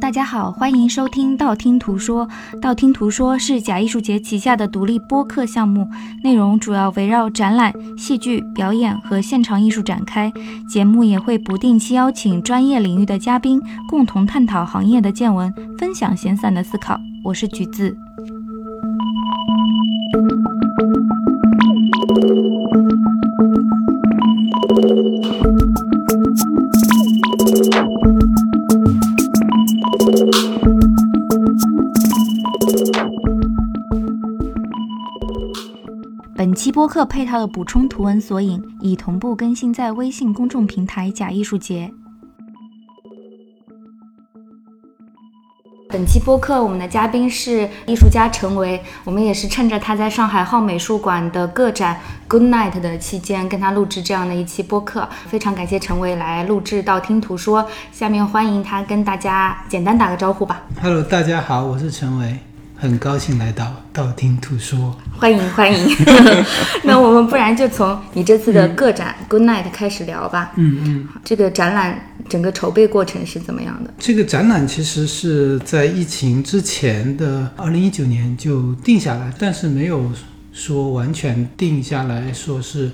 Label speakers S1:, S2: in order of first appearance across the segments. S1: 大家好，欢迎收听道听途说。道听途说是假艺术节旗下的独立播客项目，内容主要围绕展览、戏剧表演和现场艺术展开。节目也会不定期邀请专业领域的嘉宾，共同探讨行业的见闻，分享闲散的思考。我是橘子。本期播客配套的补充图文索引已同步更新在微信公众平台“假艺术节”。本期播客，我们的嘉宾是艺术家陈维，我们也是趁着他在上海浩美术馆的个展 Good Night 的期间，跟他录制这样的一期播客。非常感谢陈维来录制道听途说，下面欢迎他跟大家简单打个招呼吧。
S2: Hello，大家好，我是陈维，很高兴来到道听途说。
S1: 欢迎欢迎， 那我们不然就从你这次的个展 Good Night 开始聊吧。
S2: 嗯嗯，
S1: 这个展览整个筹备过程是怎么样的？
S2: 这个展览其实是在疫情之前的二零一九年就定下来，但是没有说完全定下来说是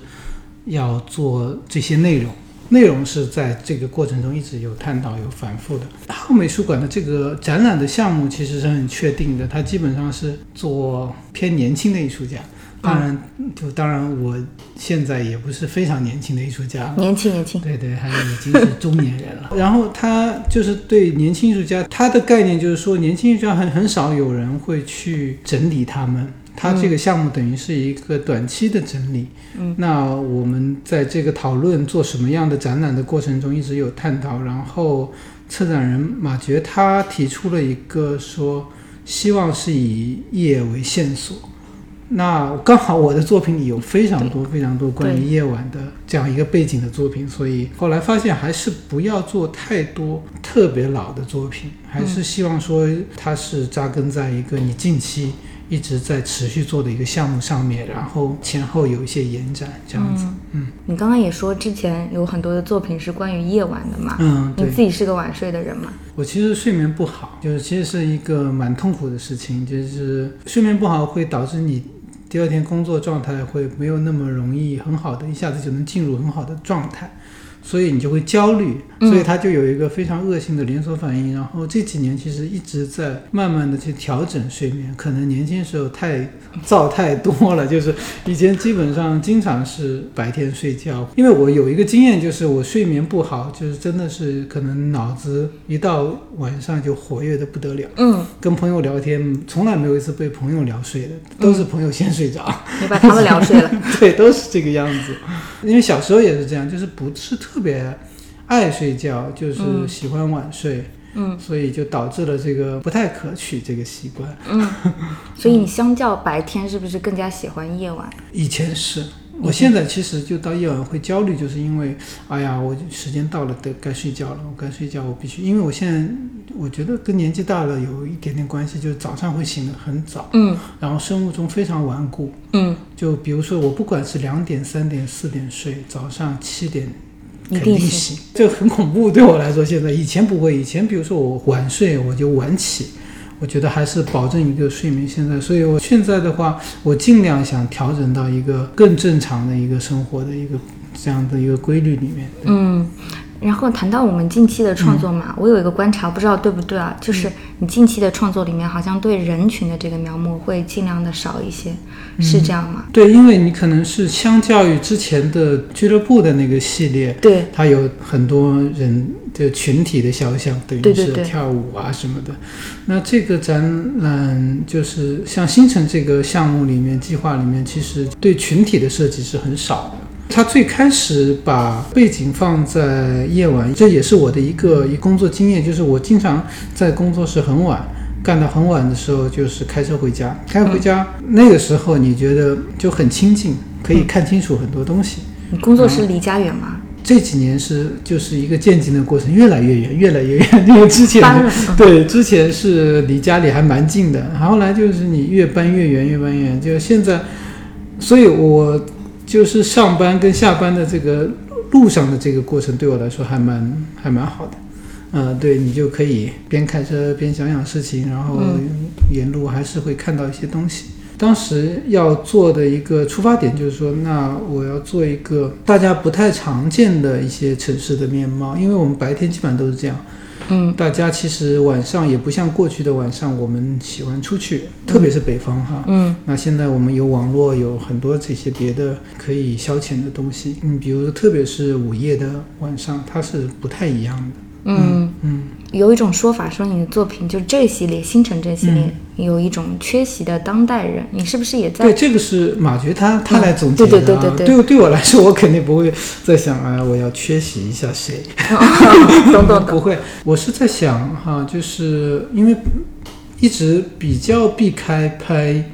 S2: 要做这些内容。内容是在这个过程中一直有探讨、有反复的。浩美术馆的这个展览的项目其实是很确定的，它基本上是做偏年轻的艺术家。当然，就当然，我现在也不是非常年轻的艺术家了，
S1: 年轻年轻，
S2: 对对，还已经是中年人了。 然后他就是对年轻艺术家，他的概念就是说，年轻艺术家很很少有人会去整理他们。他这个项目等于是一个短期的整理。
S1: 嗯，
S2: 那我们在这个讨论做什么样的展览的过程中，一直有探讨。然后策展人马觉他提出了一个说，希望是以夜为线索。那刚好我的作品里有非常多非常多关于夜晚的这样一个背景的作品，所以后来发现还是不要做太多特别老的作品，还是希望说它是扎根在一个你近期一直在持续做的一个项目上面，然后前后有一些延展这样子。嗯
S1: 你刚刚也说之前有很多的作品是关于夜晚的嘛？
S2: 嗯，
S1: 你
S2: 对
S1: 自己是个晚睡的人 嘛？
S2: 我其实睡眠不好，就是其实是一个蛮痛苦的事情，就是睡眠不好会导致你第二天工作状态会没有那么容易很好的一下子就能进入很好的状态，所以你就会焦虑，
S1: 嗯
S2: 所以它就有一个非常恶性的连锁反应。然后这几年其实一直在慢慢的去调整睡眠，可能年轻时候太造太多了，就是以前基本上经常是白天睡觉，因为我有一个经验，就是我睡眠不好，就是真的是可能脑子一到晚上就活跃的不得了。
S1: 嗯，
S2: 跟朋友聊天，从来没有一次被朋友聊睡的，都是朋友先睡着。
S1: 你把他们聊睡了。
S2: 对，都是这个样子。因为小时候也是这样，就是不是特别爱睡觉，就是
S1: 嗯
S2: 喜欢晚睡，
S1: 嗯
S2: 所以就导致了这个不太可取这个习惯。
S1: 嗯，所以你相较白天是不是更加喜欢夜晚？
S2: 以前是，我现在其实就到夜晚会焦虑，就是因为，哎呀，我时间到了，得该睡觉了，我该睡觉，我必须，因为我现在我觉得跟年纪大了有一点点关系，就是早上会醒得很早，
S1: 嗯
S2: 然后生物钟非常顽固，
S1: 嗯，
S2: 就比如说，我不管是两点、三点、四点睡，早上七点
S1: 一
S2: 肯
S1: 定
S2: 定
S1: 醒
S2: 醒，这很恐怖对我来说。现在以前不会，以前比如说我晚睡，我就晚起，我觉得还是保证一个睡眠。现在，所以我现在的话，我尽量想调整到一个更正常的一个生活的一个这样的一个规律里面。
S1: 嗯，然后谈到我们近期的创作
S2: 嗯
S1: 嘛，我有一个观察，不知道对不对啊？就是你近期的创作里面，好像对人群的这个描摹会尽量的少一些，
S2: 嗯
S1: 是这样吗？
S2: 对，因为你可能是相较于之前的俱乐部的那个系列，
S1: 对，
S2: 它有很多人的群体的肖像，等
S1: 对
S2: 于
S1: 对
S2: 是
S1: 对
S2: 跳舞啊什么的。那这个展览就是像新城这个项目里面计划里面，其实对群体的设计是很少的。他最开始把背景放在夜晚，这也是我的一个一工作经验，就是我经常在工作室很晚。干到很晚的时候，就是开车回家。开
S1: 嗯
S2: 回家、那个时候，你觉得就很清静，可
S1: 嗯
S2: 以看清楚很多东西。
S1: 你工作
S2: 嗯
S1: 室离家远吗？
S2: 这几年是就是一个渐进的过程，越来越远，越来越远。 因为之
S1: 搬
S2: 前
S1: 了，
S2: 对之前是离家里还蛮近的，后来就是你越搬越远，越搬越远。就现在，所以我就是上班跟下班的这个路上的这个过程，对我来说还蛮还蛮好的。呃，对你就可以边开车边想想事情，然后
S1: 嗯
S2: 沿路还是会看到一些东西。当时要做的一个出发点就是说，那我要做一个大家不太常见的一些城市的面貌，因为我们白天基本上都是这样。
S1: 嗯
S2: 大家其实晚上也不像过去的晚上，我们喜欢出去，特别是北方哈。
S1: 嗯
S2: 那现在我们有网络，有很多这些别的可以消遣的东西。嗯，比如说特别是午夜的晚上，它是不太一样的。
S1: 嗯，
S2: 嗯，
S1: 有一种说法说你的作品就这个系列《星辰》这系列、有一种缺席的当代人，你是不是也在？
S2: 嗯
S1: 嗯
S2: 对，这个是马觉他他来总结
S1: 对
S2: 的、啊
S1: 对对对对
S2: 对对我来说，我肯定不会再想啊，我要缺席一下谁。
S1: 懂懂懂。
S2: 不会，我是在想哈，就是因为一直比较避开拍，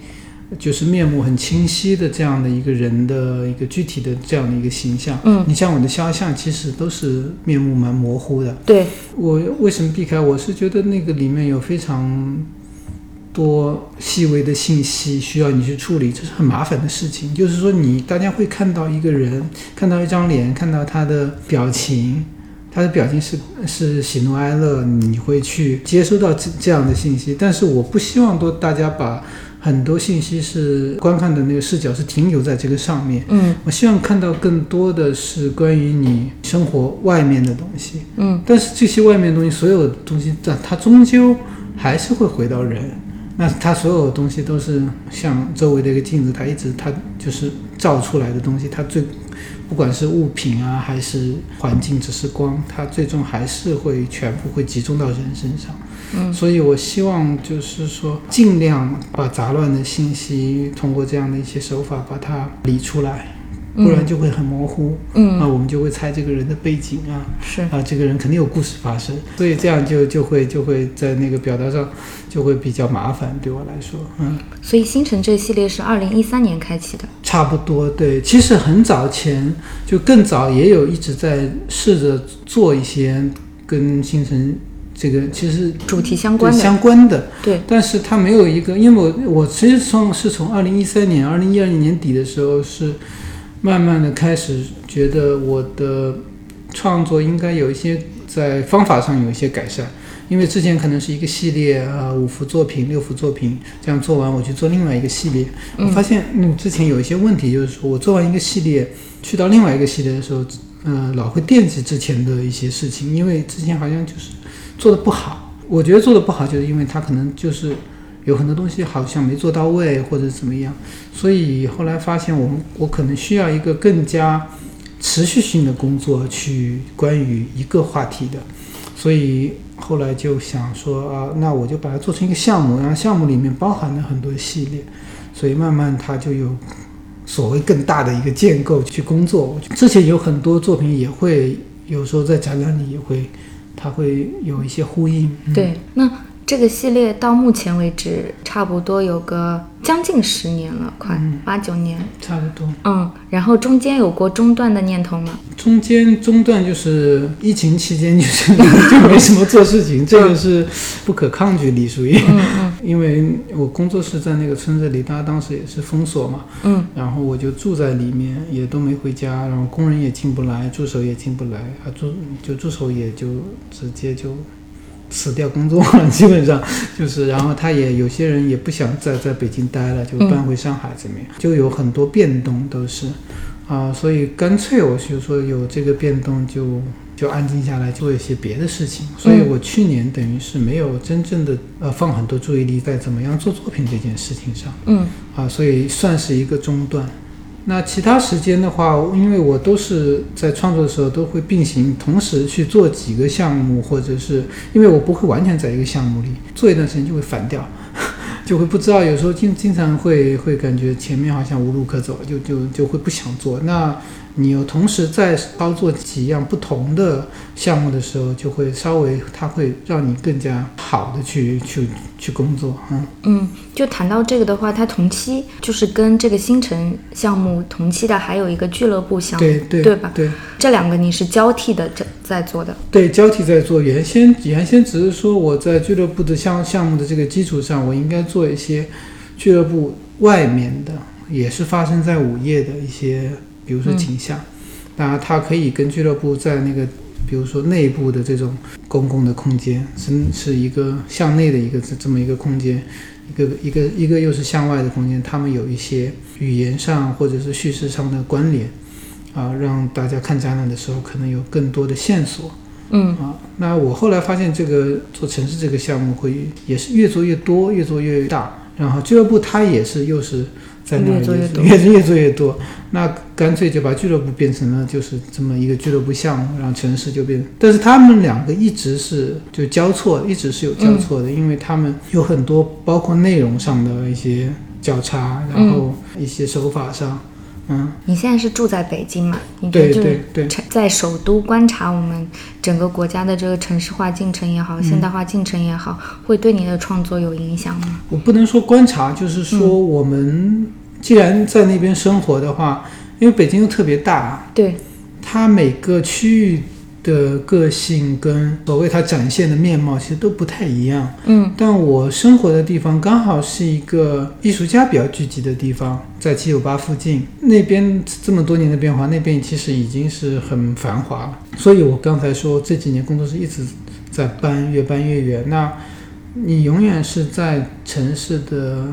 S2: 就是面目很清晰的这样的一个人的一个具体的这样的一个形象。
S1: 嗯，
S2: 你像我的肖像，其实都是面目蛮模糊的。
S1: 对，
S2: 我为什么避开？我是觉得那个里面有非常多细微的信息需要你去处理，这是很麻烦的事情。就是说你，大家会看到一个人，看到一张脸，看到他的表情，他的表情是是喜怒哀乐，你会去接收到这这样的信息。但是我不希望多大家把很多信息是观看的那个视角是停留在这个上面。
S1: 嗯
S2: 我希望看到更多的是关于你生活外面的东西。
S1: 嗯
S2: 但是这些外面的东西，所有的东西，但它终究还是会回到人。那它所有的东西都是像周围的一个镜子，它一直它就是照出来的东西，它最不管是物品啊，还是环境，只是光，它最终还是会全部会集中到人身上。
S1: 嗯
S2: 所以我希望就是说，尽量把杂乱的信息通过这样的一些手法把它理出来，不然就会很模糊。那、
S1: 嗯，
S2: 我们就会猜这个人的背景啊，
S1: 是
S2: 啊，这个人肯定有故事发生，所以这样就就会就会在那个表达上就会比较麻烦，对我来说，嗯，
S1: 所以《星辰》这系列是二零一三年开启的。
S2: 差不多对。其实很早前就更早也有一直在试着做一些跟星辰这个其实
S1: 主题相
S2: 对
S1: 关的，
S2: 相关的，
S1: 对，
S2: 但是它没有一个，因为我我其实从是从二零一三年、二零一二年年底的时候是慢慢的开始觉得我的创作应该有一些在方法上有一些改善，因为之前可能是一个系列啊五幅作品、六幅作品这样做完，我去做另外一个系列，我
S1: 嗯
S2: 发现嗯之前有一些问题，就是说我做完一个系列去到另外一个系列的时候，嗯、老会惦记之前的一些事情，因为之前好像就是做的不好。我觉得做的不好，就是因为他可能就是有很多东西好像没做到位或者怎么样，所以后来发现我们我可能需要一个更加持续性的工作去关于一个话题的，所以后来就想说啊，那我就把它做成一个项目，然后项目里面包含了很多系列，所以慢慢它就有。所谓更大的一个建构去工作，之前有很多作品也会有时候在展览里也会，它会有一些呼应。嗯、
S1: 对，那这个系列到目前为止，差不多有个将近十年了，快
S2: 嗯
S1: 八九年。
S2: 差不多。
S1: 嗯，然后中间有过中断的念头吗？
S2: 中间中断就是疫情期间，就是就没什么做事情，这个是不可抗拒的，属于。
S1: 嗯
S2: 因为我工作室在那个村子里，大家当时也是封锁嘛，
S1: 嗯嗯
S2: 然后我就住在里面，也都没回家，然后工人也进不来，助手也进不来，啊助就助手也就直接就辞掉工作了，基本上就是，然后他也有些人也不想再在北京待了，就搬回上海怎么样，就有很多变动都是，啊、所以干脆我就说有这个变动就。就安静下来做一些别的事情，所以
S1: 嗯
S2: 我去年等于是没有真正的呃放很多注意力在怎么样做作品这件事情上。
S1: 嗯
S2: 啊，所以算是一个中断。那其他时间的话，因为我都是在创作的时候都会并行，同时去做几个项目，或者是因为我不会完全在一个项目里做一段时间就会反掉， 就会不知道，有时候经经常会会感觉前面好像无路可走，就就就会不想做。那你有同时在操作几样不同的项目的时候，就会稍微它会让你更加好的去去去工作，嗯。
S1: 嗯，就谈到这个的话，它同期就是跟这个星辰项目同期的，还有一个俱乐部项目，
S2: 对对
S1: 对吧？
S2: 对，
S1: 这两个你是交替的在在做的。
S2: 对，交替在做。原先原先只是说我在俱乐部的项项目的这个基础上，我应该做一些俱乐部外面的，也是发生在午夜的一些，比如说景象。那它可以跟俱乐部在那个比如说内部的这种公共的空间，是是一个向内的一个这这么一个空间，一个一个一个又是向外的空间，他们有一些语言上或者是叙事上的关联，啊，让大家看展览的时候可能有更多的线索。
S1: 嗯
S2: 啊，那我后来发现，这个做城市这个项目会也是越做越多，越做越大。然后俱乐部它也是又是在那
S1: 越
S2: 里
S1: 做越多
S2: 越越做越多。那干脆就把俱乐部变成了就是这么一个俱乐部项目，然后城市就变。但是他们两个一直是就交错，一直是有交错
S1: 嗯
S2: 的，因为他们有很多包括内容上的一些交叉，然后
S1: 嗯
S2: 一些手法上，嗯，
S1: 你现在是住在北京嘛？你觉
S2: 对
S1: 得就是
S2: 对对，
S1: 城在首都观察我们整个国家的这个城市化进程也
S2: 嗯
S1: 好，现代化进程也好，会对你的创作有影响吗？
S2: 我不能说观察，就是说
S1: 嗯
S2: 我们既然在那边生活的话，因为北京又特别大，啊
S1: 对，
S2: 它每个区域的个性跟所谓它展现的面貌其实都不太一样。
S1: 嗯，
S2: 但我生活的地方刚好是一个艺术家比较聚集的地方，在七九八附近那边这么多年的变化，那边其实已经是很繁华了。所以我刚才说这几年工作室一直在搬，越搬越远。那你永远是在城市的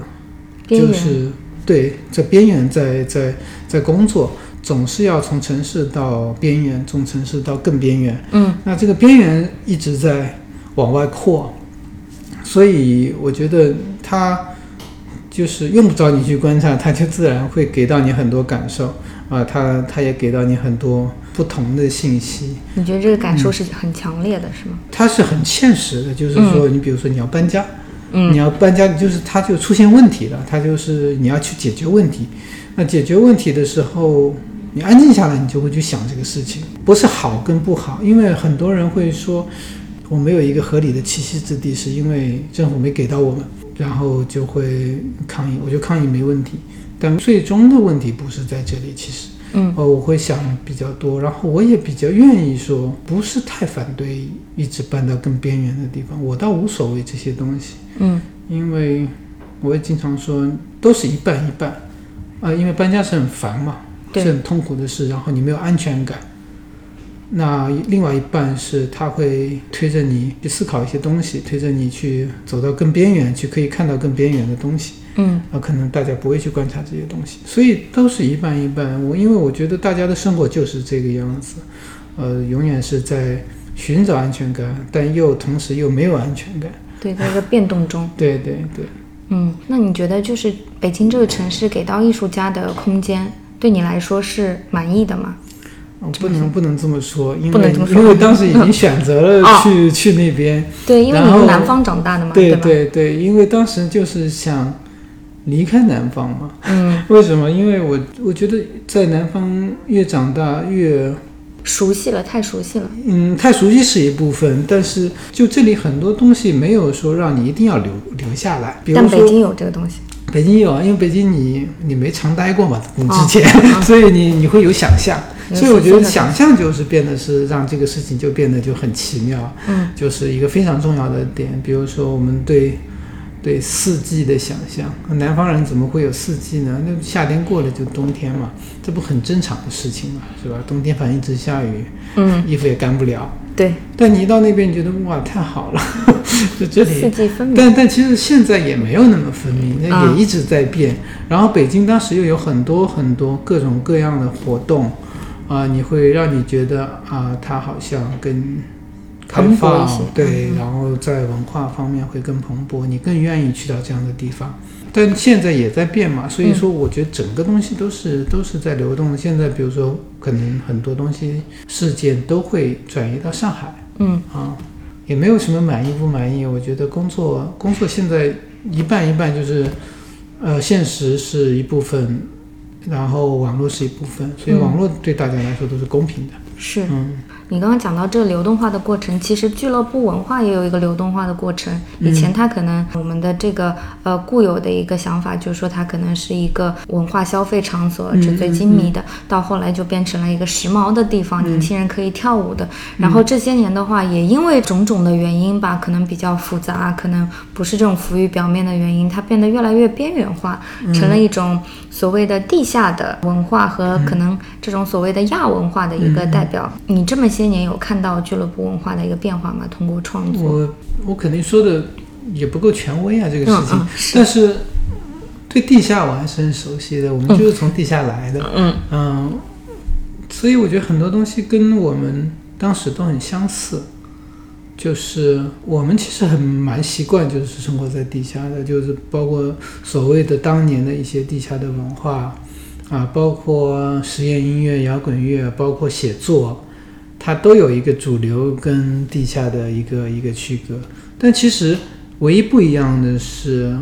S1: 边缘，
S2: 就是对在边缘在在在工作，总是要从城市到边缘，从城市到更边缘。
S1: 嗯
S2: 那这个边缘一直在往外扩，所以我觉得它就是用不着你去观察，它就自然会给到你很多感受啊，它它也给到你很多不同的信息。
S1: 你觉得这个感
S2: 嗯
S1: 受是很强烈的，是吗？
S2: 它是很现实的，就是说，你比如说你要搬家，
S1: 嗯
S2: 你要搬家，你就是它就出现问题了，它就是你要去解决问题。那解决问题的时候，你安静下来，你就会去想这个事情，不是好跟不好，因为很多人会说我没有一个合理的栖息之地，是因为政府没给到我们，然后就会抗议，我觉得抗议没问题，但最终的问题不是在这里，其实。
S1: 嗯
S2: 呃，我会想比较多，然后我也比较愿意说，不是太反对一直搬到更边缘的地方，我倒无所谓这些东西，
S1: 嗯
S2: 因为我也经常说，都是一半一半，啊、因为搬家是很烦嘛，
S1: 对
S2: 是很痛苦的事，然后你没有安全感。那另外一半是他会推着你去思考一些东西，推着你去走到更边缘，去可以看到更边缘的东西。
S1: 嗯
S2: 啊，可能大家不会去观察这些东西，所以都是一半一半。我因为我觉得大家的生活就是这个样子，呃，永远是在寻找安全感，但又同时又没有安全感。
S1: 对，在一个变动中。
S2: 对对对，
S1: 嗯，那你觉得就是北京这个城市给到艺术家的空间，对你来说是满意的吗？
S2: 我嗯不能不能这么说，因
S1: 不能
S2: 为
S1: 这么说
S2: 因为当时已经选
S1: 哦
S2: 择了去、去那边，
S1: 对，因为你
S2: 然
S1: 是
S2: 后
S1: 南方长大的嘛，
S2: 对
S1: 啊吧？
S2: 对对，因为当时就是想离开南方嘛。
S1: 嗯，
S2: 为什么？因为我我觉得在南方越长大越
S1: 熟悉了，太熟悉了。
S2: 嗯，太熟悉是一部分，但是就这里很多东西没有说让你一定要留留下来。比
S1: 但
S2: 如
S1: 北
S2: 说
S1: 京有这个东西，
S2: 北京有啊，因为北京你你没常待过嘛，你
S1: 哦
S2: 之前， 所以你你会有想象。
S1: 有
S2: 所以我觉
S1: 熟
S2: 得
S1: 悉的
S2: 想象就是变得是让这个事情就变得就很奇妙，
S1: 嗯，
S2: 就是一个非常重要的点。比如说我们对对四季的想象，南方人怎么会有四季呢？那夏天过了就冬天嘛，这不很正常的事情嘛，是吧？冬天反正一直下雨，
S1: 嗯，
S2: 衣服也干不了，
S1: 对，
S2: 但你一到那边，你觉得哇，太好了， 就这
S1: 四
S2: 里。
S1: 季分明。
S2: 但但其实现在也没有那么分明，那
S1: 啊
S2: 也一直在变。然后北京当时又有很多很多各种各样的活动，啊、你会让你觉得啊、它好像更开
S1: 蓬勃一
S2: 放
S1: 些，嗯
S2: 对，然后在文化方面会更蓬勃，你更愿意去到这样的地方。但现在也在变嘛，所以
S1: 嗯
S2: 说我觉得整个东西都是、都是在流动。现在比如说，可能很多东西事件都会转移到上海。
S1: 嗯
S2: 啊，也没有什么满意不满意。我觉得工作工作现在一半一半，就是呃，现实是一部分，然后网络是一部分，所以
S1: 嗯
S2: 网络对大家来说都是公平的。
S1: 是
S2: 嗯，
S1: 你刚刚讲到这个流动化的过程，其实俱乐部文化也有一个流动化的过程。
S2: 嗯
S1: 以前它可能我们的这个呃固有的一个想法就是说它可能是一个文化消费场所，
S2: 嗯
S1: 纸醉金迷的，到后来就变成了一个时髦的地方，
S2: 嗯
S1: 年轻人可以跳舞的。然后这些年的话，也因为种种的原因吧，可能比较复杂，可能不是这种浮于表面的原因，它变得越来越边缘化，成了一种所谓的地下的文化和可能这种所谓的亚文化的一个代表，你这么些年有看到俱乐部文化的一个变化吗？通过创作，
S2: 我我肯定说的也不够权威啊，这
S1: 嗯
S2: 个事情。
S1: 嗯是
S2: 但是对地下我还是很熟悉的，我们就是从地下来的。
S1: 嗯
S2: 嗯，所以我觉得很多东西跟我们当时都很相似，就是我们其实很蛮习惯，就是生活在地下的，就是包括所谓的当年的一些地下的文化啊，包括实验音乐、摇滚乐，包括写作，它都有一个主流跟地下的一个一个区隔。但其实唯一不一样的是，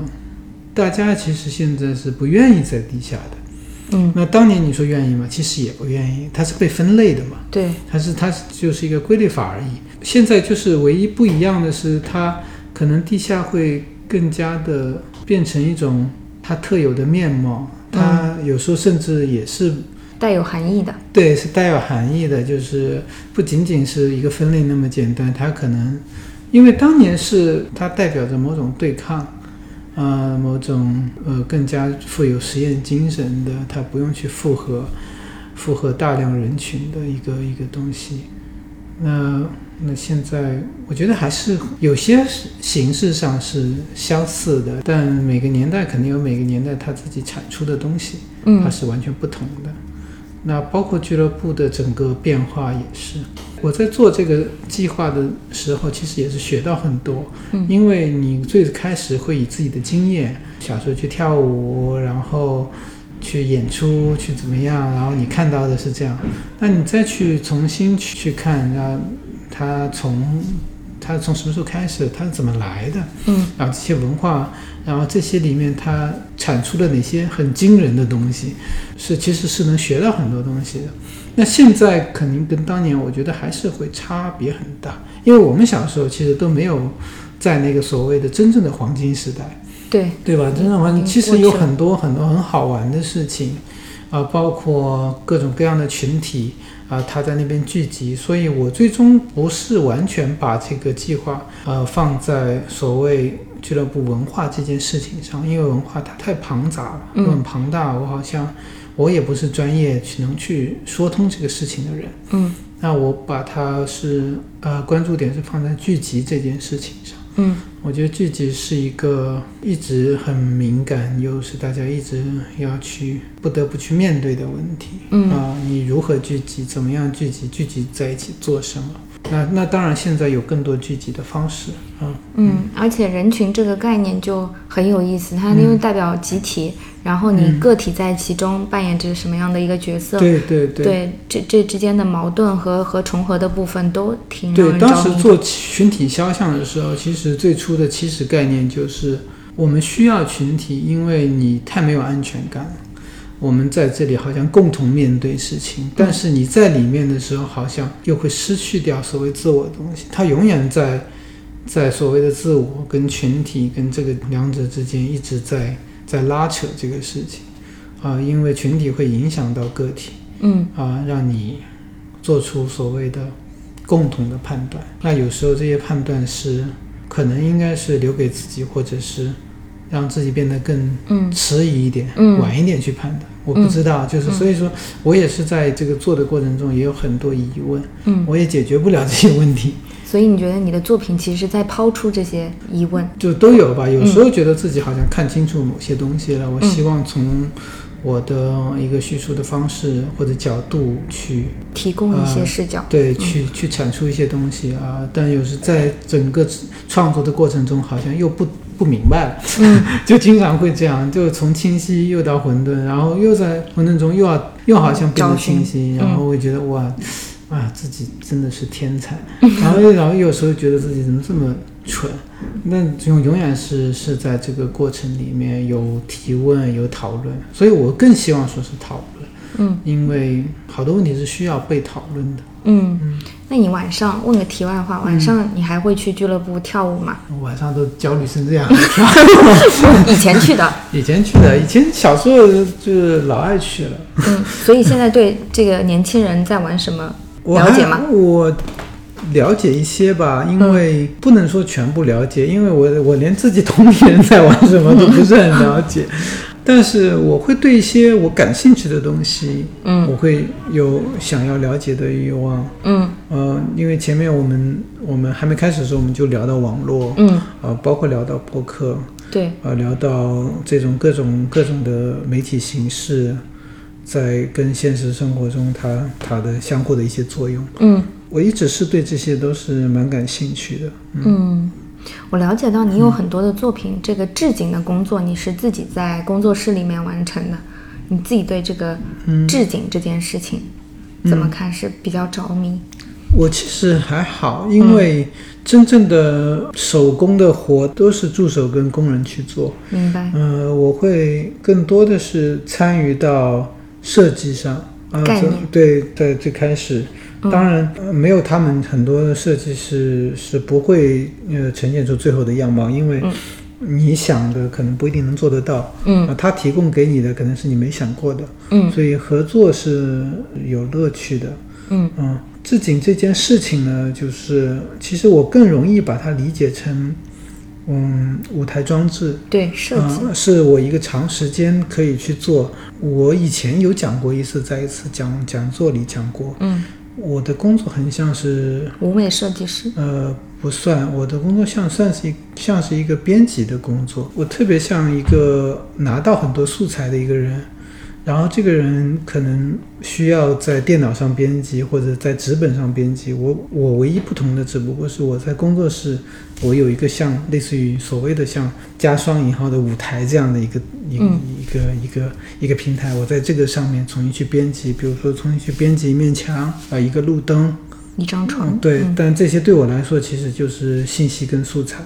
S2: 大家其实现在是不愿意在地下的。
S1: 嗯，
S2: 那当年你说愿意吗？其实也不愿意，它是被分类的嘛，
S1: 对，
S2: 它是它是就是一个归类法而已。现在就是唯一不一样的是，它可能地下会更加的变成一种它特有的面貌，它有时候甚至也是、
S1: 带有含义的，
S2: 对是带有含义的，就是不仅仅是一个分类那么简单，它可能因为当年是它代表着某种对抗。呃，某种呃更加富有实验精神的，它不用去复合符合大量人群的一个一个东西。那那现在我觉得还是有些形式上是相似的，但每个年代肯定有每个年代它自己产出的东西，它
S1: 嗯
S2: 是完全不同的。那包括俱乐部的整个变化也是。我在做这个计划的时候，其实也是学到很多，
S1: 嗯
S2: 因为你最开始会以自己的经验，小时候去跳舞，然后去演出，去怎么样，然后你看到的是这样，那你再去重新去去看，那它从它从什么时候开始，它是怎么来的，
S1: 嗯
S2: 然后这些文化，然后这些里面它产出了哪些很惊人的东西，是其实是能学到很多东西的。那现在肯定跟当年我觉得还是会差别很大，因为我们小时候其实都没有在那个所谓的真正的黄金时代，
S1: 对，
S2: 对吧？真正黄金
S1: 嗯
S2: 其
S1: 过
S2: 实
S1: 去
S2: 有很多很多很好玩的事情。啊，包括各种各样的群体啊，他在那边聚集，所以我最终不是完全把这个计划呃放在所谓俱乐部文化这件事情上，因为文化它太庞杂了，
S1: 嗯
S2: 又很庞大，我好像我也不是专业去能去说通这个事情的人。
S1: 嗯
S2: 那我把它是呃关注点是放在聚集这件事情上。
S1: 嗯
S2: 我觉得聚集是一个一直很敏感，又是大家一直要去不得不去面对的问题。
S1: 嗯
S2: 啊、你如何聚集？怎么样聚集？聚集在一起做什么？那那当然，现在有更多聚集的方式啊。
S1: 嗯，而且人群这个概念就很有意思，它
S2: 嗯
S1: 因为代表集体，然后你
S2: 嗯
S1: 个体在其中扮演着什么样的一个角色，
S2: 对对对
S1: 对这这之间的矛盾和和重合的部分都挺让
S2: 对，
S1: 人
S2: 当
S1: 着
S2: 时
S1: 迷
S2: 做群体肖像的时候，其实最初的起始概念就是我们需要群体，因为你太没有安全感了。我们在这里好像共同面对事情，但是你在里面的时候，好像又会失去掉所谓自我的东西。它永远在在所谓的自我跟群体跟这个两者之间一直在在拉扯这个事情啊、因为群体会影响到个体。
S1: 嗯
S2: 啊，让你做出所谓的共同的判断。那有时候这些判断是可能应该是留给自己，或者是让自己变得更
S1: 嗯
S2: 迟疑一点，
S1: 嗯
S2: 晚一点去判断。我不知道，就是所以说我也是在这个做的过程中也有很多疑问，
S1: 嗯，
S2: 我也解决不了这些问题，
S1: 所以你觉得你的作品其实是在抛出这些疑问，
S2: 就都有吧。有时候觉得自己好像看清楚某些东西了，我
S1: 嗯
S2: 希望从我的一个叙述的方式或者角度去
S1: 提供一些视角。
S2: 对，
S1: 嗯
S2: 去去产出一些东西啊，但有时在整个创作的过程中，好像又不不明白了，
S1: 嗯
S2: 就经常会这样，就从清晰又到混沌，然后又在混沌中又要又好像变
S1: 找
S2: 得
S1: 寻
S2: 清晰，然
S1: 嗯
S2: 后会觉得哇啊，自己真的是天 才，然后又然后有时候觉得自己怎么这么蠢，那永永远是是在这个过程里面有提问有讨论，所以我更希望说是讨论，
S1: 嗯，
S2: 因为好多问题是需要被讨论的。
S1: 嗯，那你晚上问个题外话，
S2: 嗯
S1: 晚上你还会去俱乐部跳舞吗？
S2: 晚上都焦虑成这样。
S1: 以前去的，
S2: 以前去的，以前小时候就是老爱去了。
S1: 嗯，所以现在对这个年轻人在玩什么
S2: 我
S1: 了解
S2: 还
S1: 吗？嗯
S2: 我了解一些吧，因为不 能说全部了解，因为我我连自己同龄人在玩什么都不是很了解。但是我会对一些我感兴趣的东西，
S1: 嗯
S2: 我会有想要了解的欲望。
S1: 嗯
S2: 呃，因为前面我们我们还没开始的时候，我们就聊到网络，
S1: 嗯，
S2: 呃，包括聊到播客，
S1: 对，
S2: 呃，聊到这种各种各种的媒体形式，在跟现实生活中它它的相互的一些作用。
S1: 嗯
S2: 我一直是对这些都是蛮感兴趣的。
S1: 嗯。我了解到你有很多的作品，这个置景的工作你是自己在工作室里面完成的，你自己对这个
S2: 嗯，
S1: 置景这件事情、怎么看是比较着迷？
S2: 我其实还好，因为真正的手工的活都是助手跟工人去做。
S1: 明白，
S2: 嗯、我会更多的是参与到设计上。啊、
S1: 概
S2: 这
S1: 念
S2: 对，在最开始，
S1: 嗯
S2: 当然、呃没有他们很多的设计师是不会呃呈现出最后的样貌，因为
S1: 嗯
S2: 你想的可能不一定能做得到。
S1: 嗯
S2: 啊他提供给你的可能是你没想过的，
S1: 嗯
S2: 所以合作是有乐趣的。
S1: 嗯
S2: 嗯，置景这件事情呢，就是其实我更容易把它理解成，嗯，舞台装置。
S1: 对，设计，
S2: 嗯，是我一个长时间可以去做。我以前有讲过一次，在一次讲讲座里讲过，
S1: 嗯，
S2: 我的工作很像是，
S1: 舞美设计师，
S2: 呃，不算，我的工作像算是一像是一个编辑的工作。我特别像一个拿到很多素材的一个人，然后这个人可能需要在电脑上编辑或者在纸本上编辑。我我唯一不同的只不过是我在工作室，我有一个像类似于所谓的像加双引号的舞台这样的一个一个
S1: 嗯
S2: 一个一个一个平台，我在这个上面重新去编辑，比如说重新去编辑一面墙啊、一个路灯，
S1: 一张
S2: 嗯
S1: 床，
S2: 对。
S1: 嗯
S2: 但这些对我来说其实就是信息跟素材。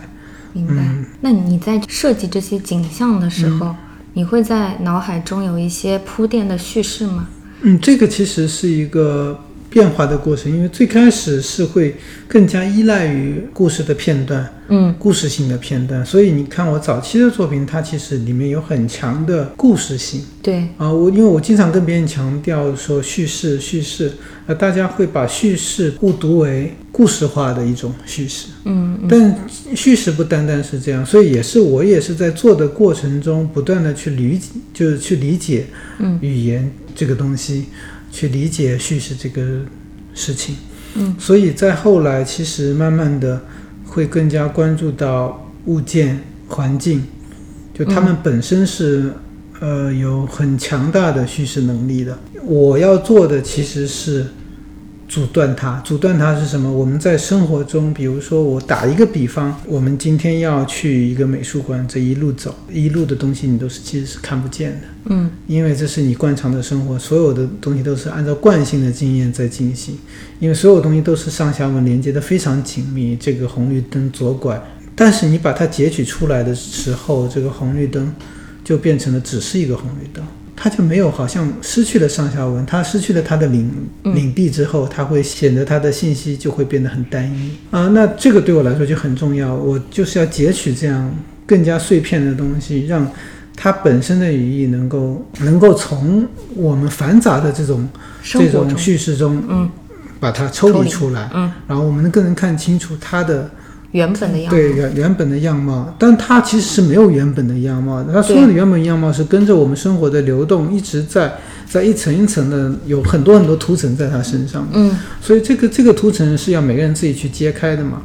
S1: 明白。那你在设计这些景象的时候，你会在脑海中有一些铺垫的叙事吗？
S2: 嗯，这个其实是一个变化的过程，因为最开始是会更加依赖于故事的片段、
S1: 嗯
S2: 故事性的片段，所以你看我早期的作品，它其实里面有很强的故事性
S1: 对，
S2: 啊。我因为我经常跟别人强调说叙事，叙事，呃，大家会把叙事误读为故事化的一种叙事。
S1: 嗯嗯
S2: 但叙事不单单是这样，所以也是我也是在做的过程中，不断的去理解，就是去理解
S1: 嗯
S2: 语言这个东西，去理解叙事这个事情。
S1: 嗯，
S2: 所以在后来，其实慢慢的会更加关注到物件、环境，就他们本身是、呃有很强大的叙事能力的。我要做的其实是阻断它。阻断它是什么？我们在生活中，比如说我打一个比方，我们今天要去一个美术馆，这一路走，一路的东西你都是其实是看不见的。
S1: 嗯
S2: 因为这是你惯常的生活，所有的东西都是按照惯性的经验在进行，因为所有东西都是上下文连接的非常紧密。这个红绿灯左拐，但是你把它截取出来的时候，这个红绿灯就变成了只是一个红绿灯，它就没有好像失去了上下文，它失去了它的领
S1: 嗯
S2: 领地之后，它会显得它的信息就会变得很单一啊、那这个对我来说就很重要，我就是要截取这样更加碎片的东西，让它本身的语义能够能够从我们繁杂的这种
S1: 生
S2: 这
S1: 活
S2: 种
S1: 中，
S2: 叙事中
S1: 嗯
S2: 把它抽
S1: 抽
S2: 离
S1: 离
S2: 出来，
S1: 嗯，
S2: 然后我们能更能看清楚它的
S1: 原本的样子，
S2: 对原原本的样貌，但它其实是没有原本的样貌的，它所有的原本样貌是跟着我们生活的流动一直在在一层一层的有很多很多涂层在它身上，
S1: 嗯
S2: 所以这个这个涂层是要每个人自己去揭开的嘛。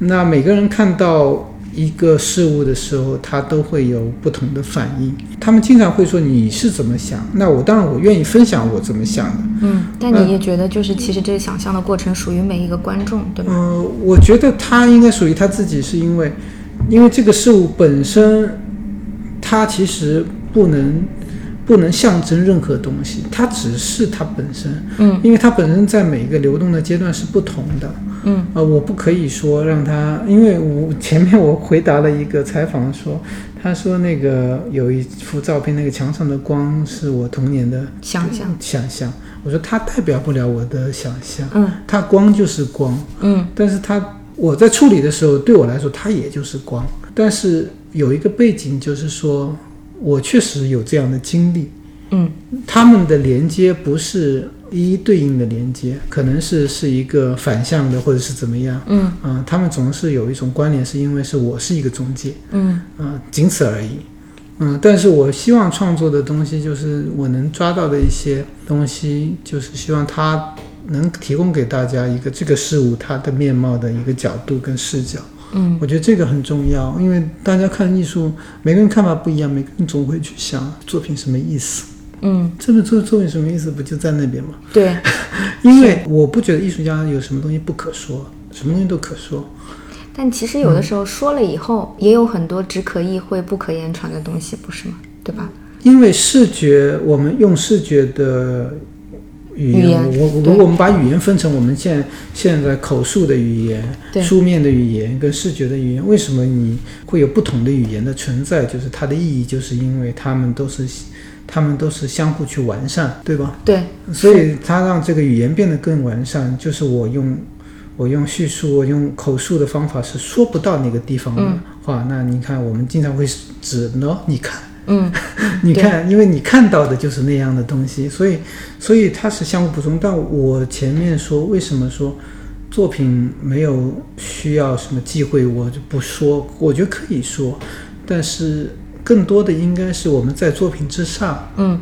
S2: 那每个人看到一个事物的时候，他都会有不同的反应。他们经常会说你是怎么想，那我当然我愿意分享我怎么想的。
S1: 嗯。但你也觉得，就是其实这个想象的过程属于每一个观众，对吧？
S2: 嗯、我觉得他应该属于他自己，是因为因为这个事物本身，它其实不能不能象征任何东西，它只是它本身，
S1: 嗯
S2: 因为它本身在每一个流动的阶段是不同的。
S1: 嗯
S2: 呃，我不可以说让他，因为我前面我回答了一个采访说，他说那个有一幅照片，那个墙上的光是我童年的
S1: 想象，
S2: 想象。我说它代表不了我的想象，
S1: 嗯
S2: 它光就是光，
S1: 嗯
S2: 但是它我在处理的时候，对我来说它也就是光。但是有一个背景就是说，我确实有这样的经历，
S1: 嗯
S2: 他们的连接不是一一对应的连接，可能是是一个反向的，或者是怎么样。
S1: 嗯
S2: 嗯、他们总是有一种关联，是因为是我是一个中介，呃
S1: 嗯
S2: 嗯、仅此而已。嗯、嗯，但是我希望创作的东西就是我能抓到的一些东西，就是希望它能提供给大家一个这个事物它的面貌的一个角度跟视角。
S1: 嗯
S2: 我觉得这个很重要，因为大家看艺术，每个人看法不一样，每个人总会去想作品什么意思。
S1: 嗯，
S2: 这个作作品什么意思，不就在那边吗？
S1: 对，
S2: 因为我不觉得艺术家有什么东西不可说，什么东西都可说。
S1: 但其实有的时候说了以后，也有很多只可意会不可言传的东西，不是吗？对吧？
S2: 因为视觉，我们用视觉的语
S1: 语
S2: 言，
S1: 言
S2: 我我
S1: 对
S2: 如果我们把语言分成我们现在现在口述的语言、
S1: 对
S2: 书面的语言跟视觉的语言，为什么你会有不同的语言的存在？就是它的意义，就是因为它们都是它们都是相互去完善，对吧？
S1: 对，
S2: 所以它让这个语言变得更完善，就是我用我用叙述、我用口述的方法是说不到那个地方的
S1: 嗯
S2: 话，那你看我们经常会指喏，你看。
S1: 嗯，
S2: 你看，因为你看到的就是那样的东西，所以，所以它是相互补充。但我前面说，为什么说作品没有需要什么忌讳，我就不说，我觉得可以说，但是更多的应该是我们在作品之上
S1: 嗯，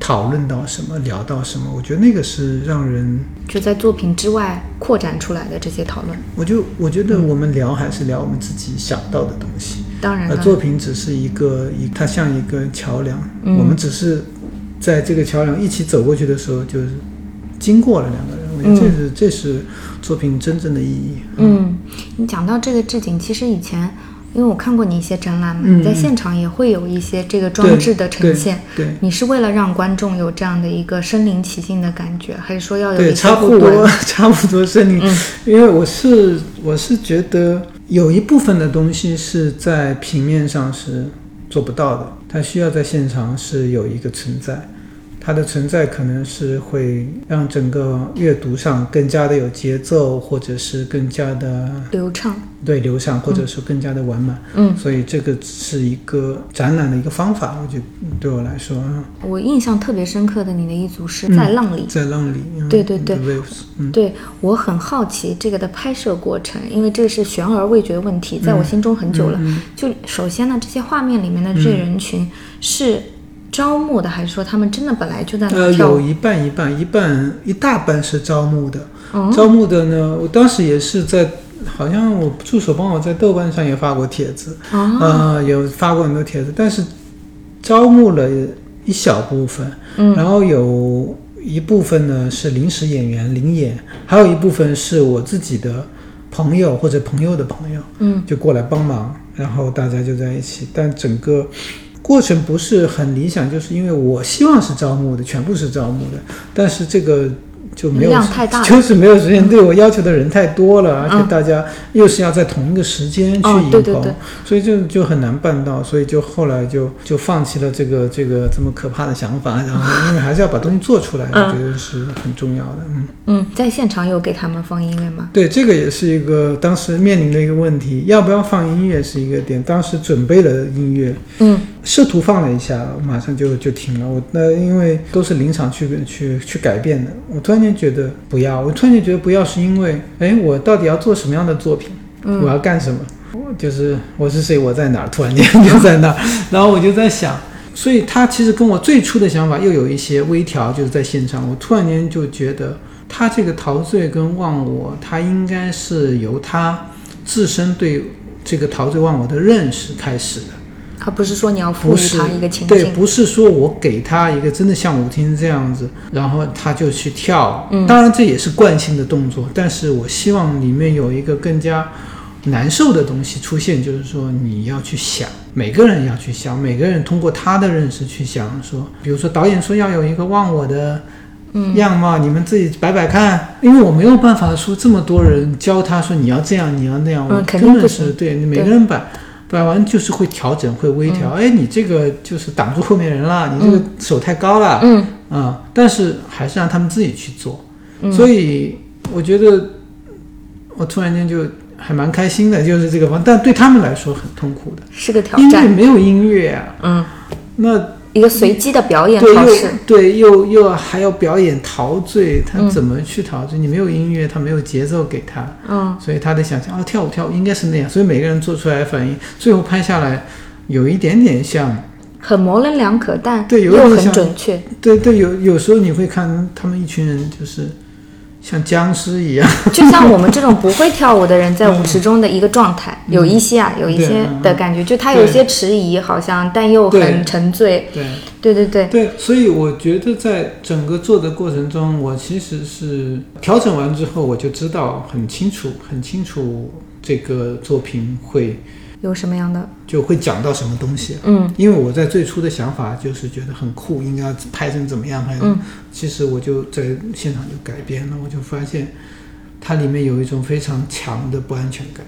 S2: 讨论到什么，聊到什么。我觉得那个是让人，
S1: 就在作品之外扩展出来的这些讨论，
S2: 我就我觉得我们聊还是聊我们自己想到的东西。
S1: 当然
S2: 呃，
S1: 了，
S2: 作品只是一个一，它像一个桥梁，
S1: 嗯
S2: 我们只是在这个桥梁一起走过去的时候，就是经过了两个人，我觉得这是、这是作品真正的意义。
S1: 嗯，你讲到这个置景，其实以前因为我看过你一些展览嘛，
S2: 嗯
S1: 你在现场也会有一些这个装置的呈现。
S2: 对，
S1: 你是为了让观众有这样的一个身临其境的感觉，还是说要有
S2: 对，
S1: 一些
S2: 呃差不
S1: 互
S2: 多
S1: 文？，
S2: 差不多是你，
S1: 嗯
S2: 因为我是我是觉得有一部分的东西是在平面上是做不到的，它需要在现场是有一个存在，它的存在可能是会让整个阅读上更加的有节奏，或者是更加的
S1: 流畅。
S2: 对流畅，或者说更加的完满。
S1: 嗯，
S2: 所以这个是一个展览的一个方法，我觉得对我来说，嗯
S1: 我印象特别深刻的你的一组是在浪里。
S2: 在浪里，嗯
S1: 对对对
S2: The waves，嗯
S1: 对我很好奇这个的拍摄过程，因为这是悬而未决问题，在我心中很久了。
S2: 嗯
S1: 就首先呢，这些画面里面的这些人群是招募的，还是说他们真的本来就在
S2: 呃，
S1: 那跳舞？
S2: 有一半一半，一半一大半是招募的。
S1: 嗯
S2: 招募的呢，我当时也是在，好像我助手帮我在豆瓣上也发过帖子，
S1: 啊，
S2: 呃，有发过很多帖子，但是招募了一小部分，
S1: 嗯
S2: 然后有一部分呢是临时演员临演，还有一部分是我自己的朋友或者朋友的朋友。
S1: 嗯
S2: 就过来帮忙，然后大家就在一起。但整个过程不是很理想，就是因为我希望是招募的，全部是招募的，但是这个就没有
S1: 量太大了
S2: 就是没有时间。对我要求的人太多了，而
S1: 嗯
S2: 且大家又是要在同一个时间去
S1: 哦
S2: 迎
S1: 对对
S2: 头
S1: 对
S2: 所以就就很难办到，所以就后来就就放弃了这个这个这么可怕的想法。然后因为还是要把东西做出来，我
S1: 嗯
S2: 觉得是很重要的。嗯。
S1: 嗯，在现场有给他们放音乐吗？
S2: 对，这个也是一个当时面临的一个问题，要不要放音乐是一个点。当时准备了音乐，
S1: 嗯
S2: 试图放了一下，马上就就停了。我那因为都是临场去去去改变的，我突然间觉得不要，我突然间觉得不要，是因为，哎，我到底要做什么样的作品？我
S1: 嗯
S2: 要干什么？我就是我是谁，我在哪儿？突然间就在那儿， 然后我就在想，所以他其实跟我最初的想法又有一些微调，就是在现场，我突然间就觉得他这个陶醉跟忘我，他应该是由他自身对这个陶醉忘我的认识开始的。
S1: 而不是说你要赋
S2: 不
S1: 予
S2: 是
S1: 他一个情
S2: 对，
S1: 境。
S2: 不是说我给他一个真的像舞厅这样子，然后他就去跳。
S1: 嗯
S2: 当然这也是惯性的动作，但是我希望里面有一个更加难受的东西出现，就是说你要去想，每个人要去想，每个人通过他的认识去想说，比如说导演说要有一个忘我的。
S1: 嗯
S2: 样貌，你们自己摆摆看，因为我没有办法说这么多人教他说你要这样，你要那样，
S1: 嗯
S2: 我
S1: 肯
S2: 真
S1: 定
S2: 的
S1: 不
S2: 是
S1: 行
S2: 对你每
S1: 对
S2: 个人摆摆啊完就是会调整，会微
S1: 嗯
S2: 调。哎，你这个就是挡住后面人了，你这个手太高了，啊、
S1: 嗯
S2: 但是还是让他们自己去做。
S1: 嗯，
S2: 所以我觉得我突然间就还蛮开心的，就是这个方，但对他们来说很痛苦的，
S1: 是个挑
S2: 因为
S1: 战。
S2: 没有音乐啊，
S1: 嗯，
S2: 那
S1: 一个随机的表演
S2: 对，
S1: 方
S2: 又
S1: 式。
S2: 对又又还要表演陶醉，他怎么去陶醉？你没有音乐，他没有节奏给他，
S1: 嗯
S2: 所以他得想象啊，跳舞跳舞应该是那样。所以每个人做出来的反应，最后拍下来有一点点像
S1: 很模棱两可，但
S2: 对有
S1: 又
S2: 点
S1: 很
S2: 像
S1: 准确。
S2: 对对，有有时候你会看他们一群人就是像僵尸一样，
S1: 就像我们这种不会跳舞的人在舞池中的一个状态，
S2: 嗯
S1: 有一些啊，有一些的感觉，就他有一些迟疑，好像但又
S2: 对
S1: 很沉醉。
S2: 对。
S1: 对对对，
S2: 对，所以我觉得在整个做的过程中，我其实是调整完之后，我就知道很清楚，很清楚这个作品会
S1: 有什么样的？
S2: 就会讲到什么东西。
S1: 嗯
S2: 因为我在最初的想法就是觉得很酷，应该要拍成怎么样拍成。
S1: 嗯
S2: 其实我就在现场就改编了，我就发现它里面有一种非常强的不安全感，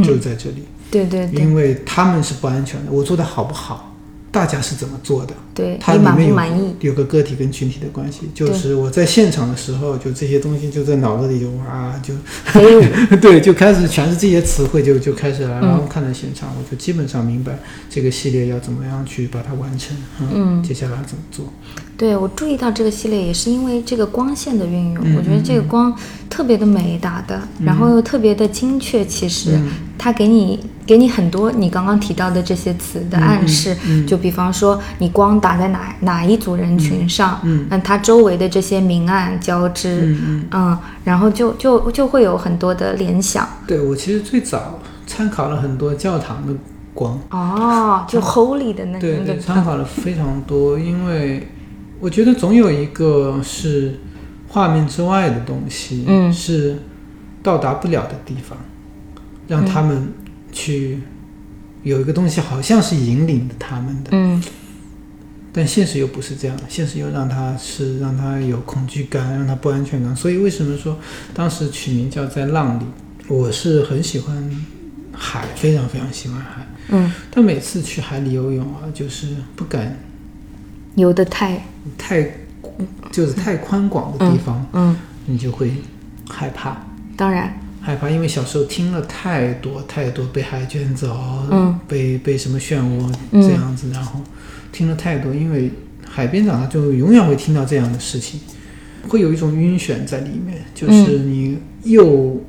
S2: 就
S1: 嗯，
S2: 是在这里，
S1: 对对对
S2: 因为他们是不安全的，我做的好不好，大家是怎么做的。
S1: 对，
S2: 它
S1: 你
S2: 里
S1: 满
S2: 面
S1: 不
S2: 有
S1: 满意？
S2: 有个个体跟群体的关系，就是我在现场的时候，就这些东西就在脑子里就哇就
S1: 飞舞，
S2: 对，就开始全是这些词汇就就开始了，
S1: 嗯
S2: 然后看了现场，我就基本上明白这个系列要怎么样去把它完成，嗯，
S1: 嗯，
S2: 接下来怎么做，
S1: 对我注意到这个系列也是因为这个光线的运用，
S2: 嗯
S1: 我觉得这个光特别的美打的，然后又特别的精确，其实、
S2: 嗯
S1: 它给你给你很多你刚刚提到的这些词的暗示，
S2: 嗯嗯
S1: 就比方说你光打在哪哪一组人群上，
S2: 嗯
S1: 那它周围的这些明暗交织，
S2: 嗯嗯，
S1: 嗯，然后就就就会有很多的联想，
S2: 对我其实最早参考了很多教堂的光，
S1: 哦，就 holy 的那
S2: 对
S1: 那
S2: 对，
S1: 个
S2: 参考了非常多，因为我觉得总有一个是画面之外的东西，
S1: 嗯
S2: 是到达不了的地方，让
S1: 嗯
S2: 他们去有一个东西，好像是引领着他们的，
S1: 嗯
S2: 但现实又不是这样，现实又让他是让他有恐惧感，让他不安全感，所以为什么说当时取名叫在浪里？我是很喜欢海，非常非常喜欢海，
S1: 嗯，
S2: 但每次去海里游泳啊，就是不敢
S1: 游得太
S2: 太就是太宽广的地方，
S1: 嗯，
S2: 你就会害怕，
S1: 当然
S2: 害怕，因为小时候听了太多太多被海卷走，
S1: 嗯
S2: 被被什么漩涡
S1: 嗯
S2: 这样子，然后听了太多，因为海边长大就永远会听到这样的事情，会有一种晕眩在里面，
S1: 嗯
S2: 就是你又、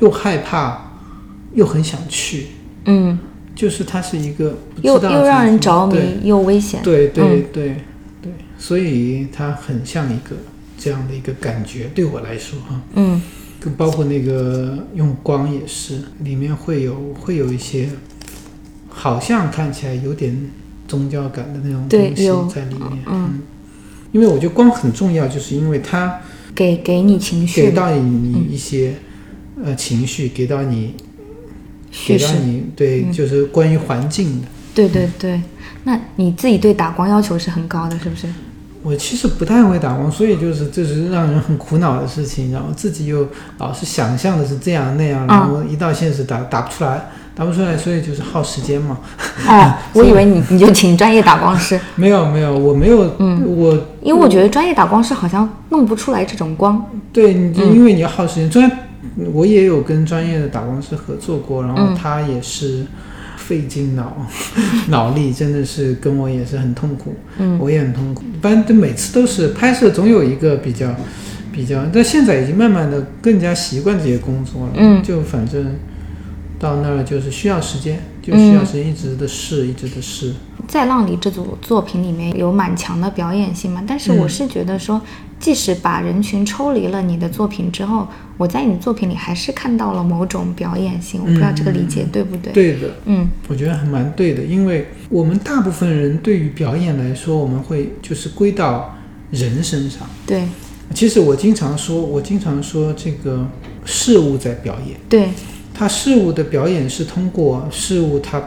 S2: 又害怕，又很想去，
S1: 嗯，
S2: 就是它是一个不知
S1: 又
S2: 道
S1: 又
S2: 怎么
S1: 让人着
S2: 对
S1: 迷又危险，
S2: 对对对、对，所以它很像一个这样的一个感觉，对我来说哈，
S1: 嗯
S2: 跟包括那个用光也是，里面会有会有一些好像看起来有点宗教感的那种
S1: 对
S2: 东西
S1: 有
S2: 在里面，
S1: 嗯
S2: 因为我觉得光很重要，就是因为它
S1: 给给你情绪
S2: 给到你一些、呃情绪，给到你
S1: 叙
S2: 给到
S1: 事，
S2: 你对，
S1: 嗯
S2: 就是关于环境的。
S1: 对对对。那你自己对打光要求是很高的，是不是？
S2: 我其实不太会打光，所以就是这是让人很苦恼的事情，然后自己又老是想象的是这样那
S1: 嗯
S2: 样，然后一到现实打打不出来，打不出来，所以就是耗时间嘛。
S1: 哦，我以为你你就请专业打光 师，
S2: 没有没有，我没有，我
S1: 因为我觉得专业打光师好像弄不出来这种光。
S2: 对，你
S1: 嗯
S2: 就因为你要耗时间，专我也有跟专业的打光师合作过，然后
S1: 嗯
S2: 他也是费尽脑、 脑力，真的是跟我也是很痛苦。
S1: 嗯
S2: 我也很痛苦。一般都每次都是拍摄，总有一个比较比较，但现在已经慢慢的更加习惯这些工作了。
S1: 嗯
S2: 就反正到那儿就是需要时间，就
S1: 嗯
S2: 需要时间一直的试，一直的试。
S1: 在《浪里》这组作品里面有蛮强的表演性嘛，但是我
S2: 嗯
S1: 是觉得说，即使把人群抽离了你的作品之后，我在你的作品里还是看到了某种表演性。我不知道这个理解对不对？
S2: 对的，
S1: 嗯
S2: 我觉得还蛮对的，因为我们大部分人对于表演来说，我们会就是归到人身上。
S1: 对
S2: 其实我经常说，我经常说这个事物在表演。
S1: 对，
S2: 它事物的表演是通过事物它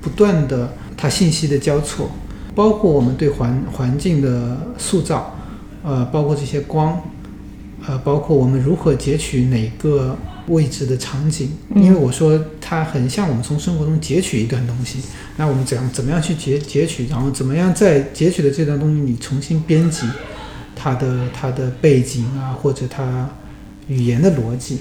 S2: 不断的它信息的交错，包括我们对环环境的塑造，呃，包括这些光，呃，包括我们如何截取哪个位置的场景，因为我说它很像我们从生活中截取一段东西，那我们怎样怎么样去截截取，然后怎么样在截取的这段东西里重新编辑它的它的背景啊，或者它语言的逻辑，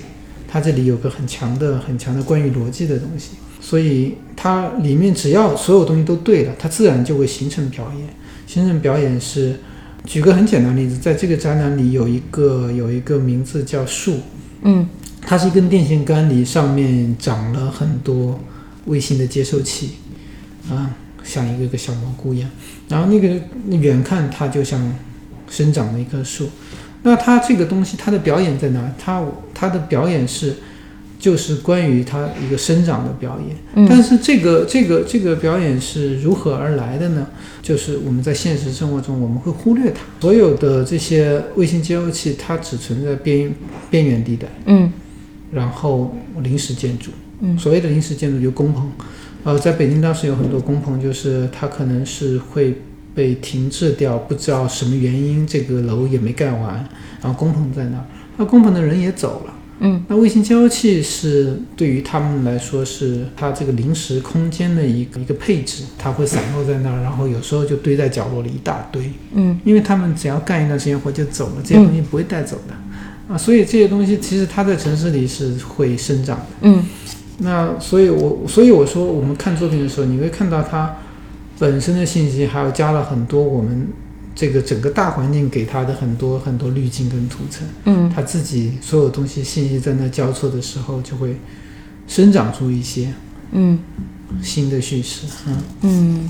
S2: 它这里有个很强的很强的关于逻辑的东西，所以它里面只要所有东西都对了，它自然就会形成表演。形成表演是，举个很简单的例子，在这个展览里有一个有一个名字叫树，
S1: 嗯
S2: 它是一根电线杆里上面长了很多卫星的接收器，啊、像一个个小蘑菇一样。然后那个远看它就像生长的一棵树。那它这个东西，它的表演在哪？它它的表演是就是关于它一个生长的表演。但
S1: 嗯
S2: 是这个这个这个表演是如何而来的呢？就是我们在现实生活中我们会忽略它。所有的这些卫星接收器，它只存在边边缘地带，
S1: 嗯
S2: 然后临时建筑。
S1: 嗯
S2: 所谓的临时建筑就工棚。呃，在北京当时有很多工棚，就是它可能是会被停滞掉，不知道什么原因，这个楼也没盖完，然后工棚在那儿，那工棚的人也走了。
S1: 嗯
S2: 那卫星接收器是对于他们来说是它这个临时空间的一个一个配置，它会散落在那儿，然后有时候就堆在角落里一大堆，
S1: 嗯
S2: 因为他们只要干一段时间活就走了，这些东西不会带走的、啊，所以这些东西其实它在城市里是会生长的。
S1: 嗯
S2: 那所以我，所以我说，我们看作品的时候，你会看到它本身的信息，还有加了很多我们这个整个大环境给它的很多很多滤镜跟涂层，
S1: 嗯
S2: 它自己所有东西信息在那交错的时候，就会生长出一些
S1: 嗯
S2: 新的叙事。嗯，
S1: 嗯，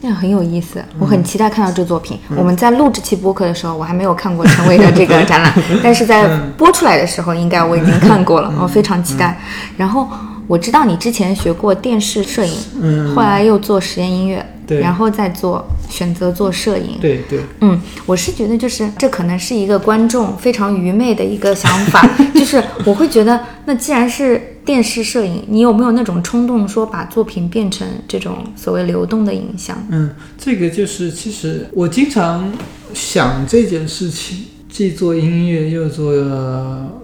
S1: 那很有意思，我很期待看到这作品。
S2: 嗯
S1: 我们在录这期播客的时候，我还没有看过陈伟的这个 展览，但是在
S2: 嗯
S1: 播出来的时候，应该我已经看过了，我哦非常期待。然后我知道你之前学过电视摄影，
S2: 嗯
S1: 后来又做实验音乐，
S2: 对
S1: 然后再做选择做摄影。
S2: 对对，
S1: 嗯，我是觉得就是这可能是一个观众非常愚昧的一个想法，就是我会觉得，那既然是电视摄影，你有没有那种冲动说把作品变成这种所谓流动的影像？
S2: 嗯，这个就是其实我经常想这件事情，既做音乐，又做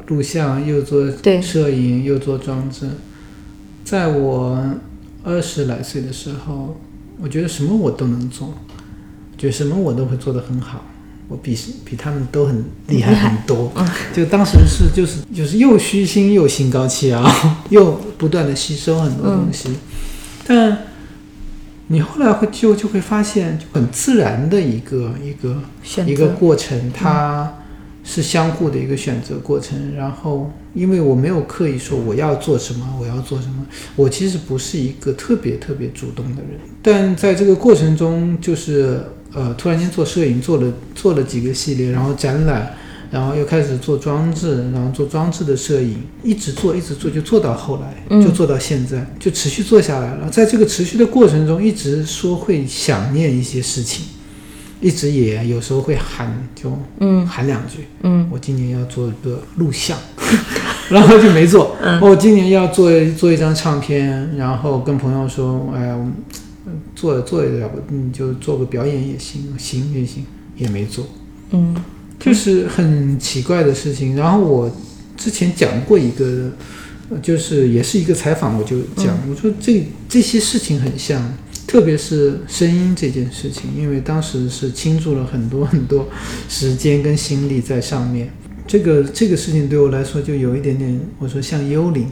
S2: 录像，又做
S1: 对
S2: 摄影，又做装置。在我二十来岁的时候，我觉得什么我都能做，觉得什么我都会做得很好，我比比他们都很厉害
S1: 厉害
S2: 很多。就当时是就是就是又虚心又心高气傲， 又不断的吸收很多东西，但你后来会就就会发现就很自然的一个一个
S1: 选
S2: 一个
S1: 择，
S2: 过程，它是相互的一个选择过
S1: 嗯
S2: 程。然后，因为我没有刻意说我要做什么，我要做什么，我其实不是一个特别特别主动的人。但在这个过程中，就是呃，突然间做摄影，做了做了几个系列，然后展览。然后又开始做装置，然后做装置的摄影，一直做，一直做，就做到后来，
S1: 嗯
S2: 就做到现在，就持续做下来了。在这个持续的过程中，一直说会想念一些事情，一直也有时候会喊，就
S1: 嗯
S2: 喊两句。
S1: 嗯
S2: 我今年要做一个录像，然后就没做。我今年要做做一张唱片，然后跟朋友说，哎呀，我们嗯做做一点吧，你就做个表演也行，行也行，也没做，
S1: 嗯
S2: 就是很奇怪的事情。然后我之前讲过一个，呃就是也是一个采访，我就讲，我说这这些事情很像。特别是声音这件事情，因为当时是倾注了很多很多时间跟心力在上面。这个这个事情对我来说就有一点点，我说像幽灵。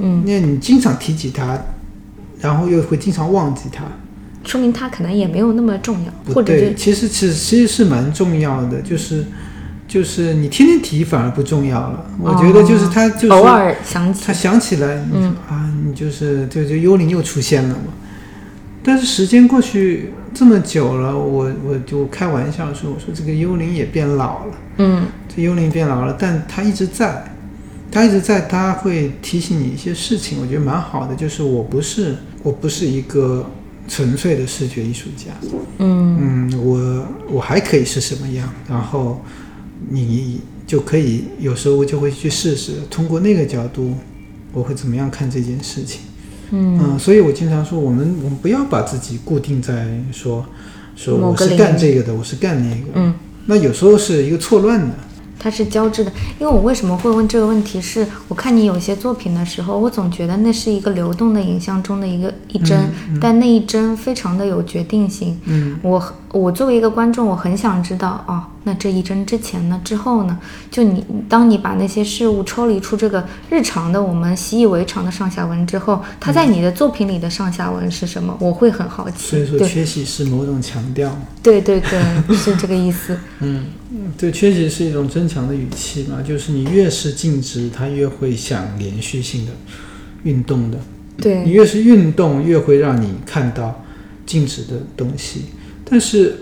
S1: 嗯，
S2: 那你经常提起它，然后又会经常忘记它，
S1: 说明它可能也没有那么重要，
S2: 不
S1: 或者
S2: 对，
S1: 是
S2: 其实其实其实是蛮重要的，就是就是你天天提反而不重要了。我觉得就是它就是、
S1: 哦偶尔嗯想起
S2: 他，想起来，你说啊，你就是就就幽灵又出现了嘛。但是时间过去这么久了，我我就开玩笑说，我说这个幽灵也变老了，
S1: 嗯
S2: 这幽灵变老了，但它一直在，它一直在，它会提醒你一些事情，我觉得蛮好的。就是我不是我不是一个纯粹的视觉艺术家，
S1: 嗯
S2: 嗯，我我还可以是什么样？然后你就可以有时候就会去试试，通过那个角度，我会怎么样看这件事情？
S1: 嗯
S2: 嗯，所以我经常说，我们我们不要把自己固定在说说
S1: 某
S2: 我
S1: 个
S2: 是
S1: 领
S2: 干
S1: 域
S2: 这个的，我是干那个。
S1: 嗯，
S2: 那有时候是一个错乱的。
S1: 它是交织的。因为我为什么会问这个问题是，我看你有些作品的时候，我总觉得那是一个流动的影像中的一个一帧，但那一帧非常的有决定性。
S2: 嗯
S1: 我很我作为一个观众，我很想知道哦，那这一帧之前呢，之后呢？就你当你把那些事物抽离出这个日常的我们习以为常的上下文之后，它在你的作品里的上下文是什么？我会很好
S2: 嗯所
S1: 奇。
S2: 以说，
S1: 对
S2: 缺席是某种强调。
S1: 对对对， 是这个意思。
S2: 嗯，对，缺席是一种增强的语气嘛，就是你越是静止，它越会想连续性的运动的。你
S1: 对，
S2: 越是运动，越会让你看到禁止的东西，但是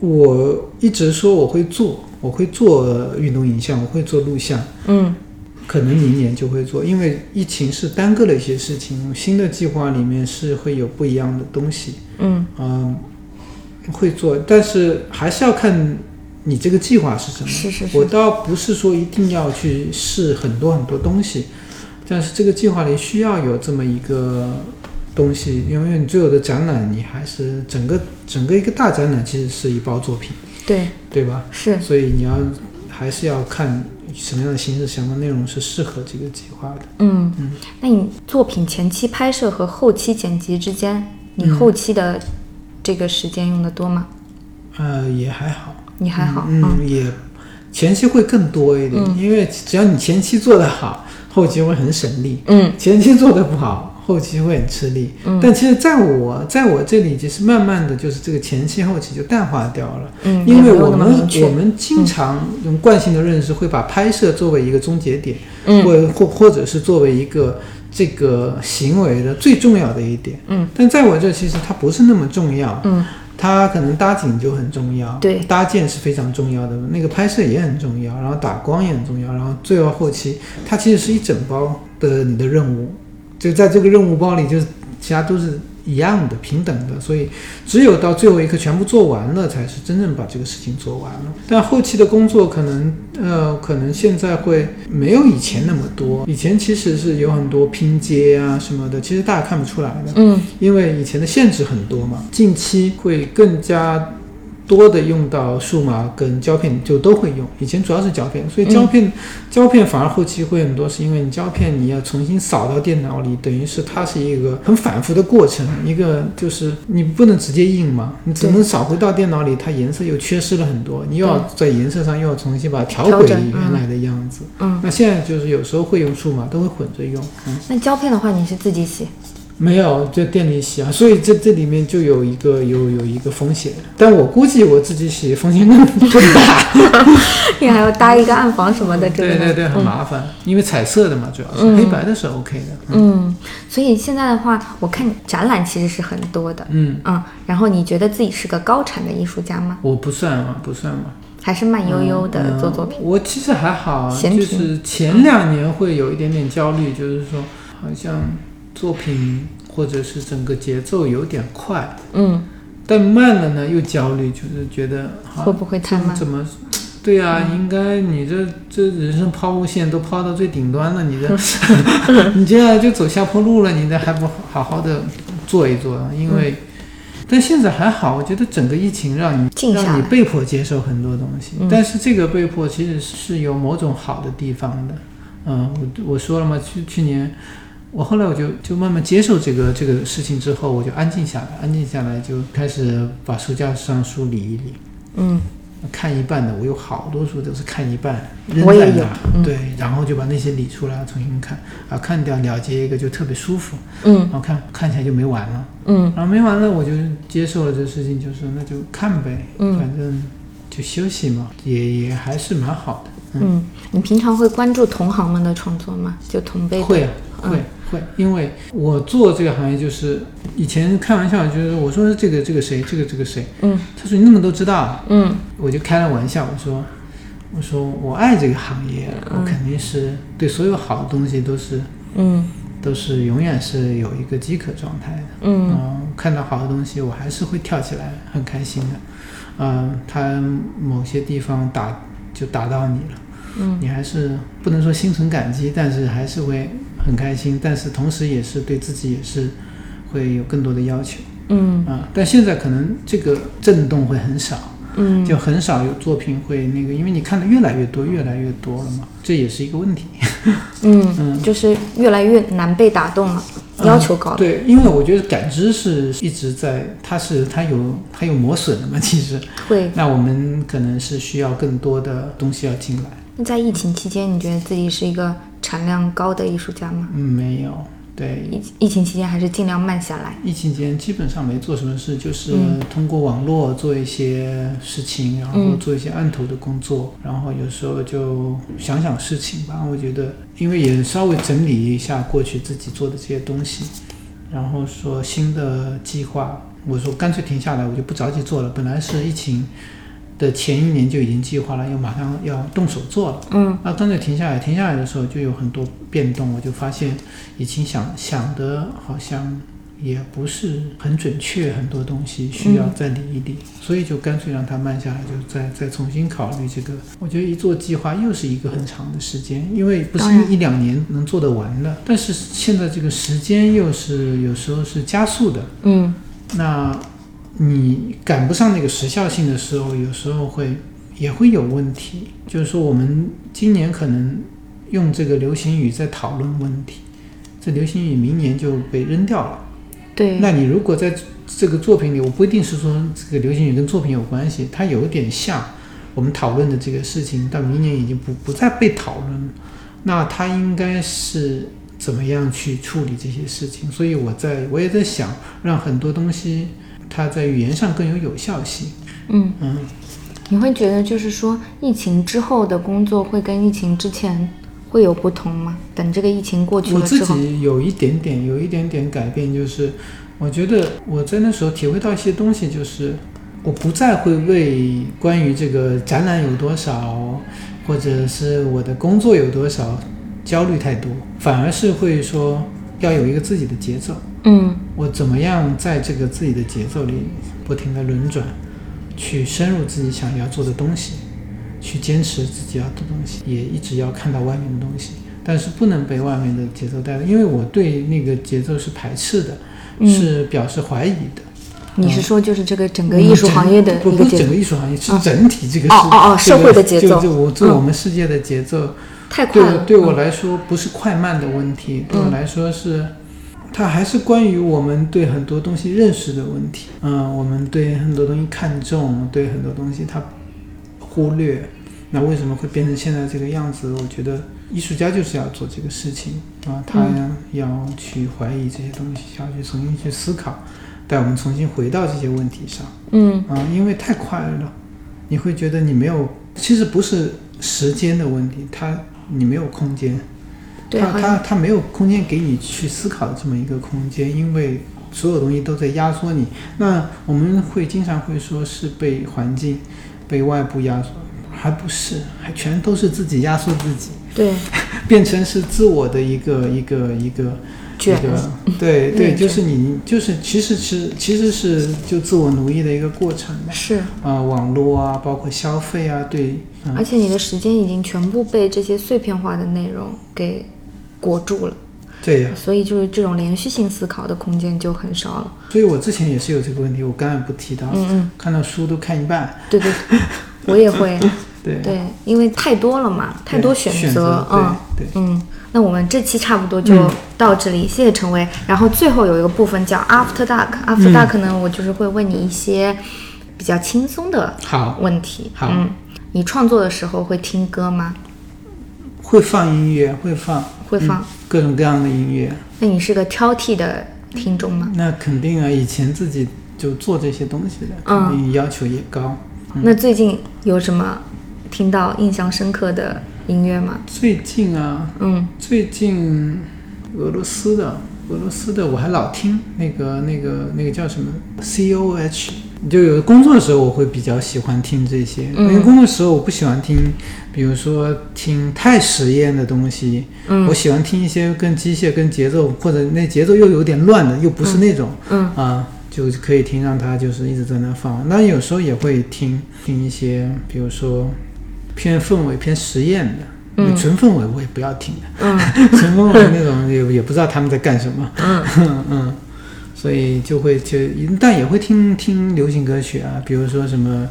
S2: 我一直说我会做，我会做运动影像，我会做录像，
S1: 嗯，
S2: 可能明年就会做，因为疫情是耽搁了一些事情，新的计划里面是会有不一样的东西，
S1: 嗯，
S2: 嗯，会做，但是还是要看你这个计划是什么。
S1: 是是
S2: 我
S1: 是，
S2: 倒不是说一定要去试很多很多东西，但是这个计划里需要有这么一个东西，因为你最后的展览，你还是整个整个一个大展览其实是一包作品，
S1: 对，
S2: 对吧？
S1: 是
S2: 所以你要还是要看什么样的形式、什么样的内容是适合这个计划的。
S1: 嗯
S2: 嗯，
S1: 那你作品前期拍摄和后期剪辑之间，你后期的这个时间用的多吗？
S2: 呃，也还好，
S1: 你还好，
S2: 嗯，嗯也前期会更多一点，因为只要你前期做得好，后期会很省力。
S1: 嗯
S2: 前期做的不好，后期会很吃力。
S1: 嗯
S2: 但其实在我在我这里，其实慢慢的就是这个前期后期就淡化掉了，
S1: 嗯，
S2: 因为
S1: 也没有
S2: 我
S1: 那么
S2: 们
S1: 明确
S2: 我们经常用惯性的认识会把拍摄作为一个终结点，
S1: 嗯
S2: 或或或者是作为一个这个行为的最重要的一点。
S1: 嗯，
S2: 但在我这其实它不是那么重要。
S1: 嗯，
S2: 它可能搭景就很重要，
S1: 对
S2: 搭建是非常重要的，那个拍摄也很重要，然后打光也很重要，然后最后后期，它其实是一整包的你的任务，就在这个任务包里，就是其他都是一样的、平等的，所以只有到最后一刻全部做完了，才是真正把这个事情做完了。但后期的工作可能，呃，可能现在会没有以前那么多，以前其实是有很多拼接啊什么的，其实大家看不出来的。
S1: 嗯
S2: 因为以前的限制很多嘛，近期会更加多的用到数码跟胶片，就都会用。以前主要是胶片，所以胶片、
S1: 嗯
S2: 胶片反而后期会很多，是因为你胶片你要重新扫到电脑里，等于是它是一个很反复的过程，一个就是你不能直接印嘛，你只能扫回到电脑里，它颜色又缺失了很多，你又要在颜色上又要重新把它调
S1: 调
S2: 回
S1: 整嗯
S2: 原来的样子。
S1: 嗯，
S2: 那现在就是有时候会用数码，都会混着用。嗯。
S1: 那胶片的话，你是自己 洗？
S2: 没有，就店里洗啊，所以这这里面就有一个有有一个风险，但我估计我自己洗风险更更大。
S1: 你还要搭一个暗房什么的，这个
S2: 对
S1: 呢
S2: 对对，很麻烦，因为彩色的嘛，主要是、
S1: 嗯
S2: 黑白的是 OK 的。
S1: 嗯，所以现在的话，我看展览其实是很多的，
S2: 嗯，
S1: 嗯，然后你觉得自己是个高产的艺术家吗？
S2: 我不算啊，不算嘛。
S1: 还是慢悠悠的
S2: 嗯
S1: 做作品？
S2: 我其实还好，啊
S1: 闲
S2: 就
S1: 庭
S2: 是前两年会有一点点焦虑，就是说好像作品或者是整个节奏有点快，
S1: 嗯，
S2: 但慢了呢又焦虑，就是觉得啊好
S1: 会不会太慢？
S2: 怎么？对呀、
S1: 嗯
S2: 应该你这这人生抛物线都抛到最顶端了，你 这 你这样就走下坡路了，你这还不好好的做一做？因为，
S1: 嗯
S2: 但现在还好，我觉得整个疫情让你
S1: 静下
S2: 让你
S1: 来，
S2: 被迫接受很多东西，
S1: 嗯
S2: 但是这个被迫其实是有某种好的地方的。嗯，我我说了嘛，去去年我后来我就就慢慢接受这个这个事情之后，我就安静下来，安静下来就开始把书架上书理一理。
S1: 嗯，
S2: 看一半的，我有好多书都是看一半，
S1: 我
S2: 扔
S1: 也
S2: 在
S1: 有
S2: 那儿，
S1: 嗯
S2: 对，然后就把那些理出来重新看，啊，看掉了结一个就特别舒服，
S1: 嗯
S2: 然后看看起来就没完了，
S1: 嗯
S2: 然后没完了我就接受了这事情，就是那就看呗，
S1: 嗯
S2: 反正就休息嘛，也也还是蛮好的，
S1: 嗯，你平常会关注同行们的创作吗？就同辈的
S2: 会啊
S1: 嗯
S2: 会。会，因为我做这个行业就是以前开玩笑，就是我说这个这个谁，这个这个谁，
S1: 嗯
S2: 他说你那么都知道啊，
S1: 嗯
S2: 我就开了玩笑，我说，我说我爱这个行业，我肯定是对所有好的东西都是
S1: 嗯
S2: 都是永远是有一个饥渴状态的。
S1: 嗯
S2: 嗯，看到好的东西，我还是会跳起来，很开心的。嗯，它某些地方打就打到你了，
S1: 嗯，
S2: 你还是不能说心存感激，但是还是会很开心，但是同时也是对自己也是会有更多的要求
S1: 嗯
S2: 啊、但现在可能这个震动会很少。
S1: 嗯，
S2: 就很少有作品会那个，因为你看的越来越多，越来越多了嘛，这也是一个问题。
S1: 嗯，就是越来越难被打动了，要求高了。
S2: 对，因为我觉得感知是一直在，它是它有它有磨损的嘛， 其实，
S1: 会。
S2: 那我们可能是需要更多的东西要进来。
S1: 那在疫情期间，你觉得自己是一个产量高的艺术家吗？
S2: 嗯，没有，对，
S1: 疫疫情期间还是尽量慢下来。
S2: 疫情期间基本上没做什么事，就是
S1: 嗯
S2: 通过网络做一些事情，然后
S1: 嗯
S2: 做一些案头的工作，然后有时候就想想事情吧。我觉得，因为也稍微整理一下过去自己做的这些东西，然后说新的计划，我说干脆停下来，我就不着急做了。本来是疫情的前一年就已经计划了，要马上要动手做了。
S1: 嗯
S2: 那干脆停下来，停下来的时候就有很多变动，我就发现以前想想的好像也不是很准确，很多东西需要再理一理，
S1: 嗯
S2: 所以就干脆让它慢下来，就再再重新考虑这个。我觉得一做计划又是一个很长的时间，因为不是
S1: 当然
S2: 一一两年能做得完的，但是现在这个时间又是有时候是加速的，
S1: 嗯，
S2: 那你赶不上那个时效性的时候，有时候会也会有问题。就是说，我们今年可能用这个流行语在讨论问题，这流行语明年就被扔掉了。
S1: 对，
S2: 那你如果在这个作品里，我不一定是说这个流行语跟作品有关系，它有点像我们讨论的这个事情，到明年已经不不再被讨论了。那它应该是怎么样去处理这些事情？所以我在我也在想，让很多东西它在语言上更有有效性。
S1: 嗯，
S2: 嗯，
S1: 你会觉得就是说，疫情之后的工作会跟疫情之前会有不同吗？等这个疫情过去
S2: 我
S1: 了
S2: 自
S1: 之后，
S2: 己有一点点，有一点点改变，就是我觉得我在那时候体会到一些东西，就是我不再会为关于这个展览有多少，或者是我的工作有多少焦虑太多，反而是会说要有一个自己的节奏，
S1: 嗯
S2: 我怎么样在这个自己的节奏里不停的轮转，去深入自己想要做的东西，去坚持自己要的东西，也一直要看到外面的东西，但是不能被外面的节奏带动，因为我对那个节奏是排斥的，
S1: 嗯
S2: 是表示怀疑的。
S1: 你是说就是这个整个艺术行业的
S2: 不
S1: 一
S2: 不
S1: 个
S2: 是
S1: 节
S2: 嗯整
S1: 奏
S2: 个艺术行业，是
S1: 嗯
S2: 整体这个
S1: 哦
S2: 世
S1: 哦哦
S2: 这个
S1: 社会的节奏
S2: 就就我对
S1: 嗯
S2: 我们世界的节奏，
S1: 太快
S2: 对我
S1: 了？嗯
S2: 对我来说不是快慢的问题，对我来说是，它还是关于我们对很多东西认识的问题。嗯，我们对很多东西看重，对很多东西它忽略。那为什么会变成现在这个样子？我觉得艺术家就是要做这个事情啊，他
S1: 嗯
S2: 要去怀疑这些东西，要去重新去思考，带我们重新回到这些问题上。
S1: 嗯
S2: 啊，因为太快了，你会觉得你没有，其实不是时间的问题，它你没有空间，
S1: 嗯，对，
S2: 它
S1: 好像
S2: 它它没有空间给你去思考这么一个空间，因为所有东西都在压缩你。那我们会经常会说是被环境、被外部压缩，还不是，还全都是自己压缩自己，
S1: 对
S2: 变成是自我的一个一个一个这
S1: 卷，
S2: 个 对
S1: 内
S2: 对，
S1: 卷
S2: 就是你就是其实是其实是就自我奴役的一个过程嘛。
S1: 是，
S2: 啊、网络啊，包括消费啊，对，嗯
S1: 而且你的时间已经全部被这些碎片化的内容给裹住了，
S2: 对呀、
S1: 所以就是这种连续性思考的空间就很少了。
S2: 所以我之前也是有这个问题，我刚才不提到，
S1: 嗯嗯，
S2: 看到书都看一半，
S1: 对对，对我也会，
S2: 对，
S1: 对，因为太多了嘛，太多
S2: 选
S1: 选择，嗯。
S2: 对对，
S1: 嗯，那我们这期差不多
S2: 嗯
S1: 就到这里，谢谢陈薇。然后最后有一个部分叫 After Dark，After
S2: 嗯
S1: Dark 呢，我就是会问你一些比较轻松的
S2: 好，
S1: 问题。
S2: 好
S1: 嗯，你创作的时候会听歌吗？
S2: 会放音乐，会放，嗯
S1: 会放？
S2: 各种各样的音乐，
S1: 那你是个挑剔的听众吗？
S2: 那肯定啊，以前自己就做这些东西的，
S1: 嗯
S2: 肯定要求也高。嗯
S1: 那最近有什么听到印象深刻的音乐吗？
S2: 最近啊，
S1: 嗯，
S2: 最近俄罗斯的俄罗斯的我还老听那个那个那个叫什么 C O H，就有工作的时候我会比较喜欢听这些，
S1: 嗯
S2: 因为工作的时候我不喜欢听，比如说听太实验的东西，
S1: 嗯
S2: 我喜欢听一些跟机械、跟节奏或者那节奏又有点乱的，又不是那种
S1: 嗯
S2: 啊、就可以听让它就是一直在那放。那有时候也会听听一些，比如说偏氛围、偏实验的。
S1: 嗯
S2: 纯氛围我也不要听的，
S1: 嗯
S2: 成功的啊那种也也不知道他们在干什么，嗯所以就会就但也会听听流行歌曲啊，比如说什么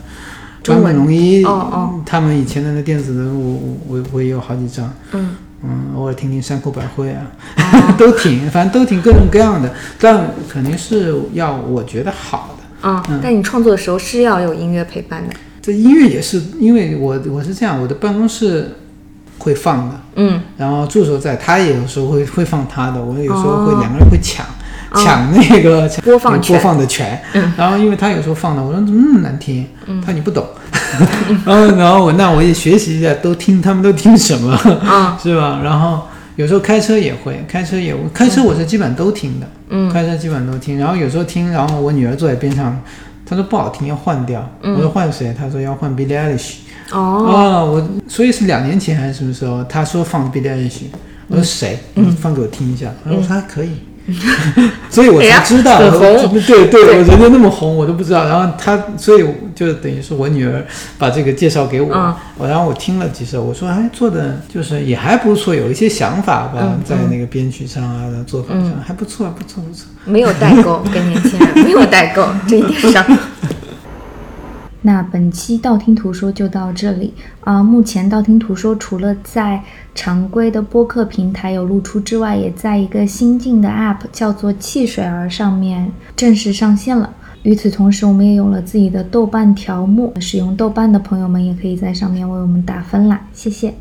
S1: 中
S2: 坂
S1: 文
S2: 本龙一，
S1: 哦哦
S2: 他们以前的那电子的，我我我我也有好几张，
S1: 嗯，
S2: 嗯，偶尔听听山口百惠啊，
S1: 哦
S2: 都挺，反正都挺各种各样的，但肯定是要我觉得好的。
S1: 啊、
S2: 嗯
S1: 但你创作的时候是要有音乐陪伴的。
S2: 这音乐也是，因为我我是这样，我的办公室会放的，
S1: 嗯，
S2: 然后助手在，他也有时候会会放他的，我有时候会、
S1: 哦
S2: 两个人会抢、
S1: 哦
S2: 抢那个抢
S1: 播放
S2: 播
S1: 权。
S2: 放的权。
S1: 嗯
S2: 然后因为他有时候放的，我说怎么那么难听？他说你不懂。 然后然后我那我也学习一下，都听他们都听什么，
S1: 嗯
S2: 是吧？然后有时候开车也会，开车也开车我是基本都听的，嗯，开车基本都听。然后有时候听，然后我女儿坐在边上，她说不好听要换掉，
S1: 嗯
S2: 我说换谁？她说要换 Billie Eilish。
S3: 哦，
S2: 哦，我所以是两年前还是什么时候？她说放 Billie Eilish，我说谁？嗯，放给我听一下。然
S3: 嗯
S2: 后我说还 可以。所以我才知道，
S3: 哎呀很
S2: 我对对，我人家那么红，我都不知道。然后她，所以我就等于是我女儿把这个介绍给我，
S3: 嗯
S2: 我然后我听了几首，我说哎，做的就是也还不错，有一些想法吧，
S3: 嗯
S2: 在那个编曲上啊、做法上、还不错，不错，不错。
S3: 没有代沟，跟年轻人没有代沟，这一点上。
S1: 那本期道听途说就到这里啊、目前道听途说除了在常规的播客平台有露出之外，也在一个新进的 App 叫做“汽水儿”上面正式上线了。与此同时，我们也有了自己的豆瓣条目，使用豆瓣的朋友们也可以在上面为我们打分啦，谢谢。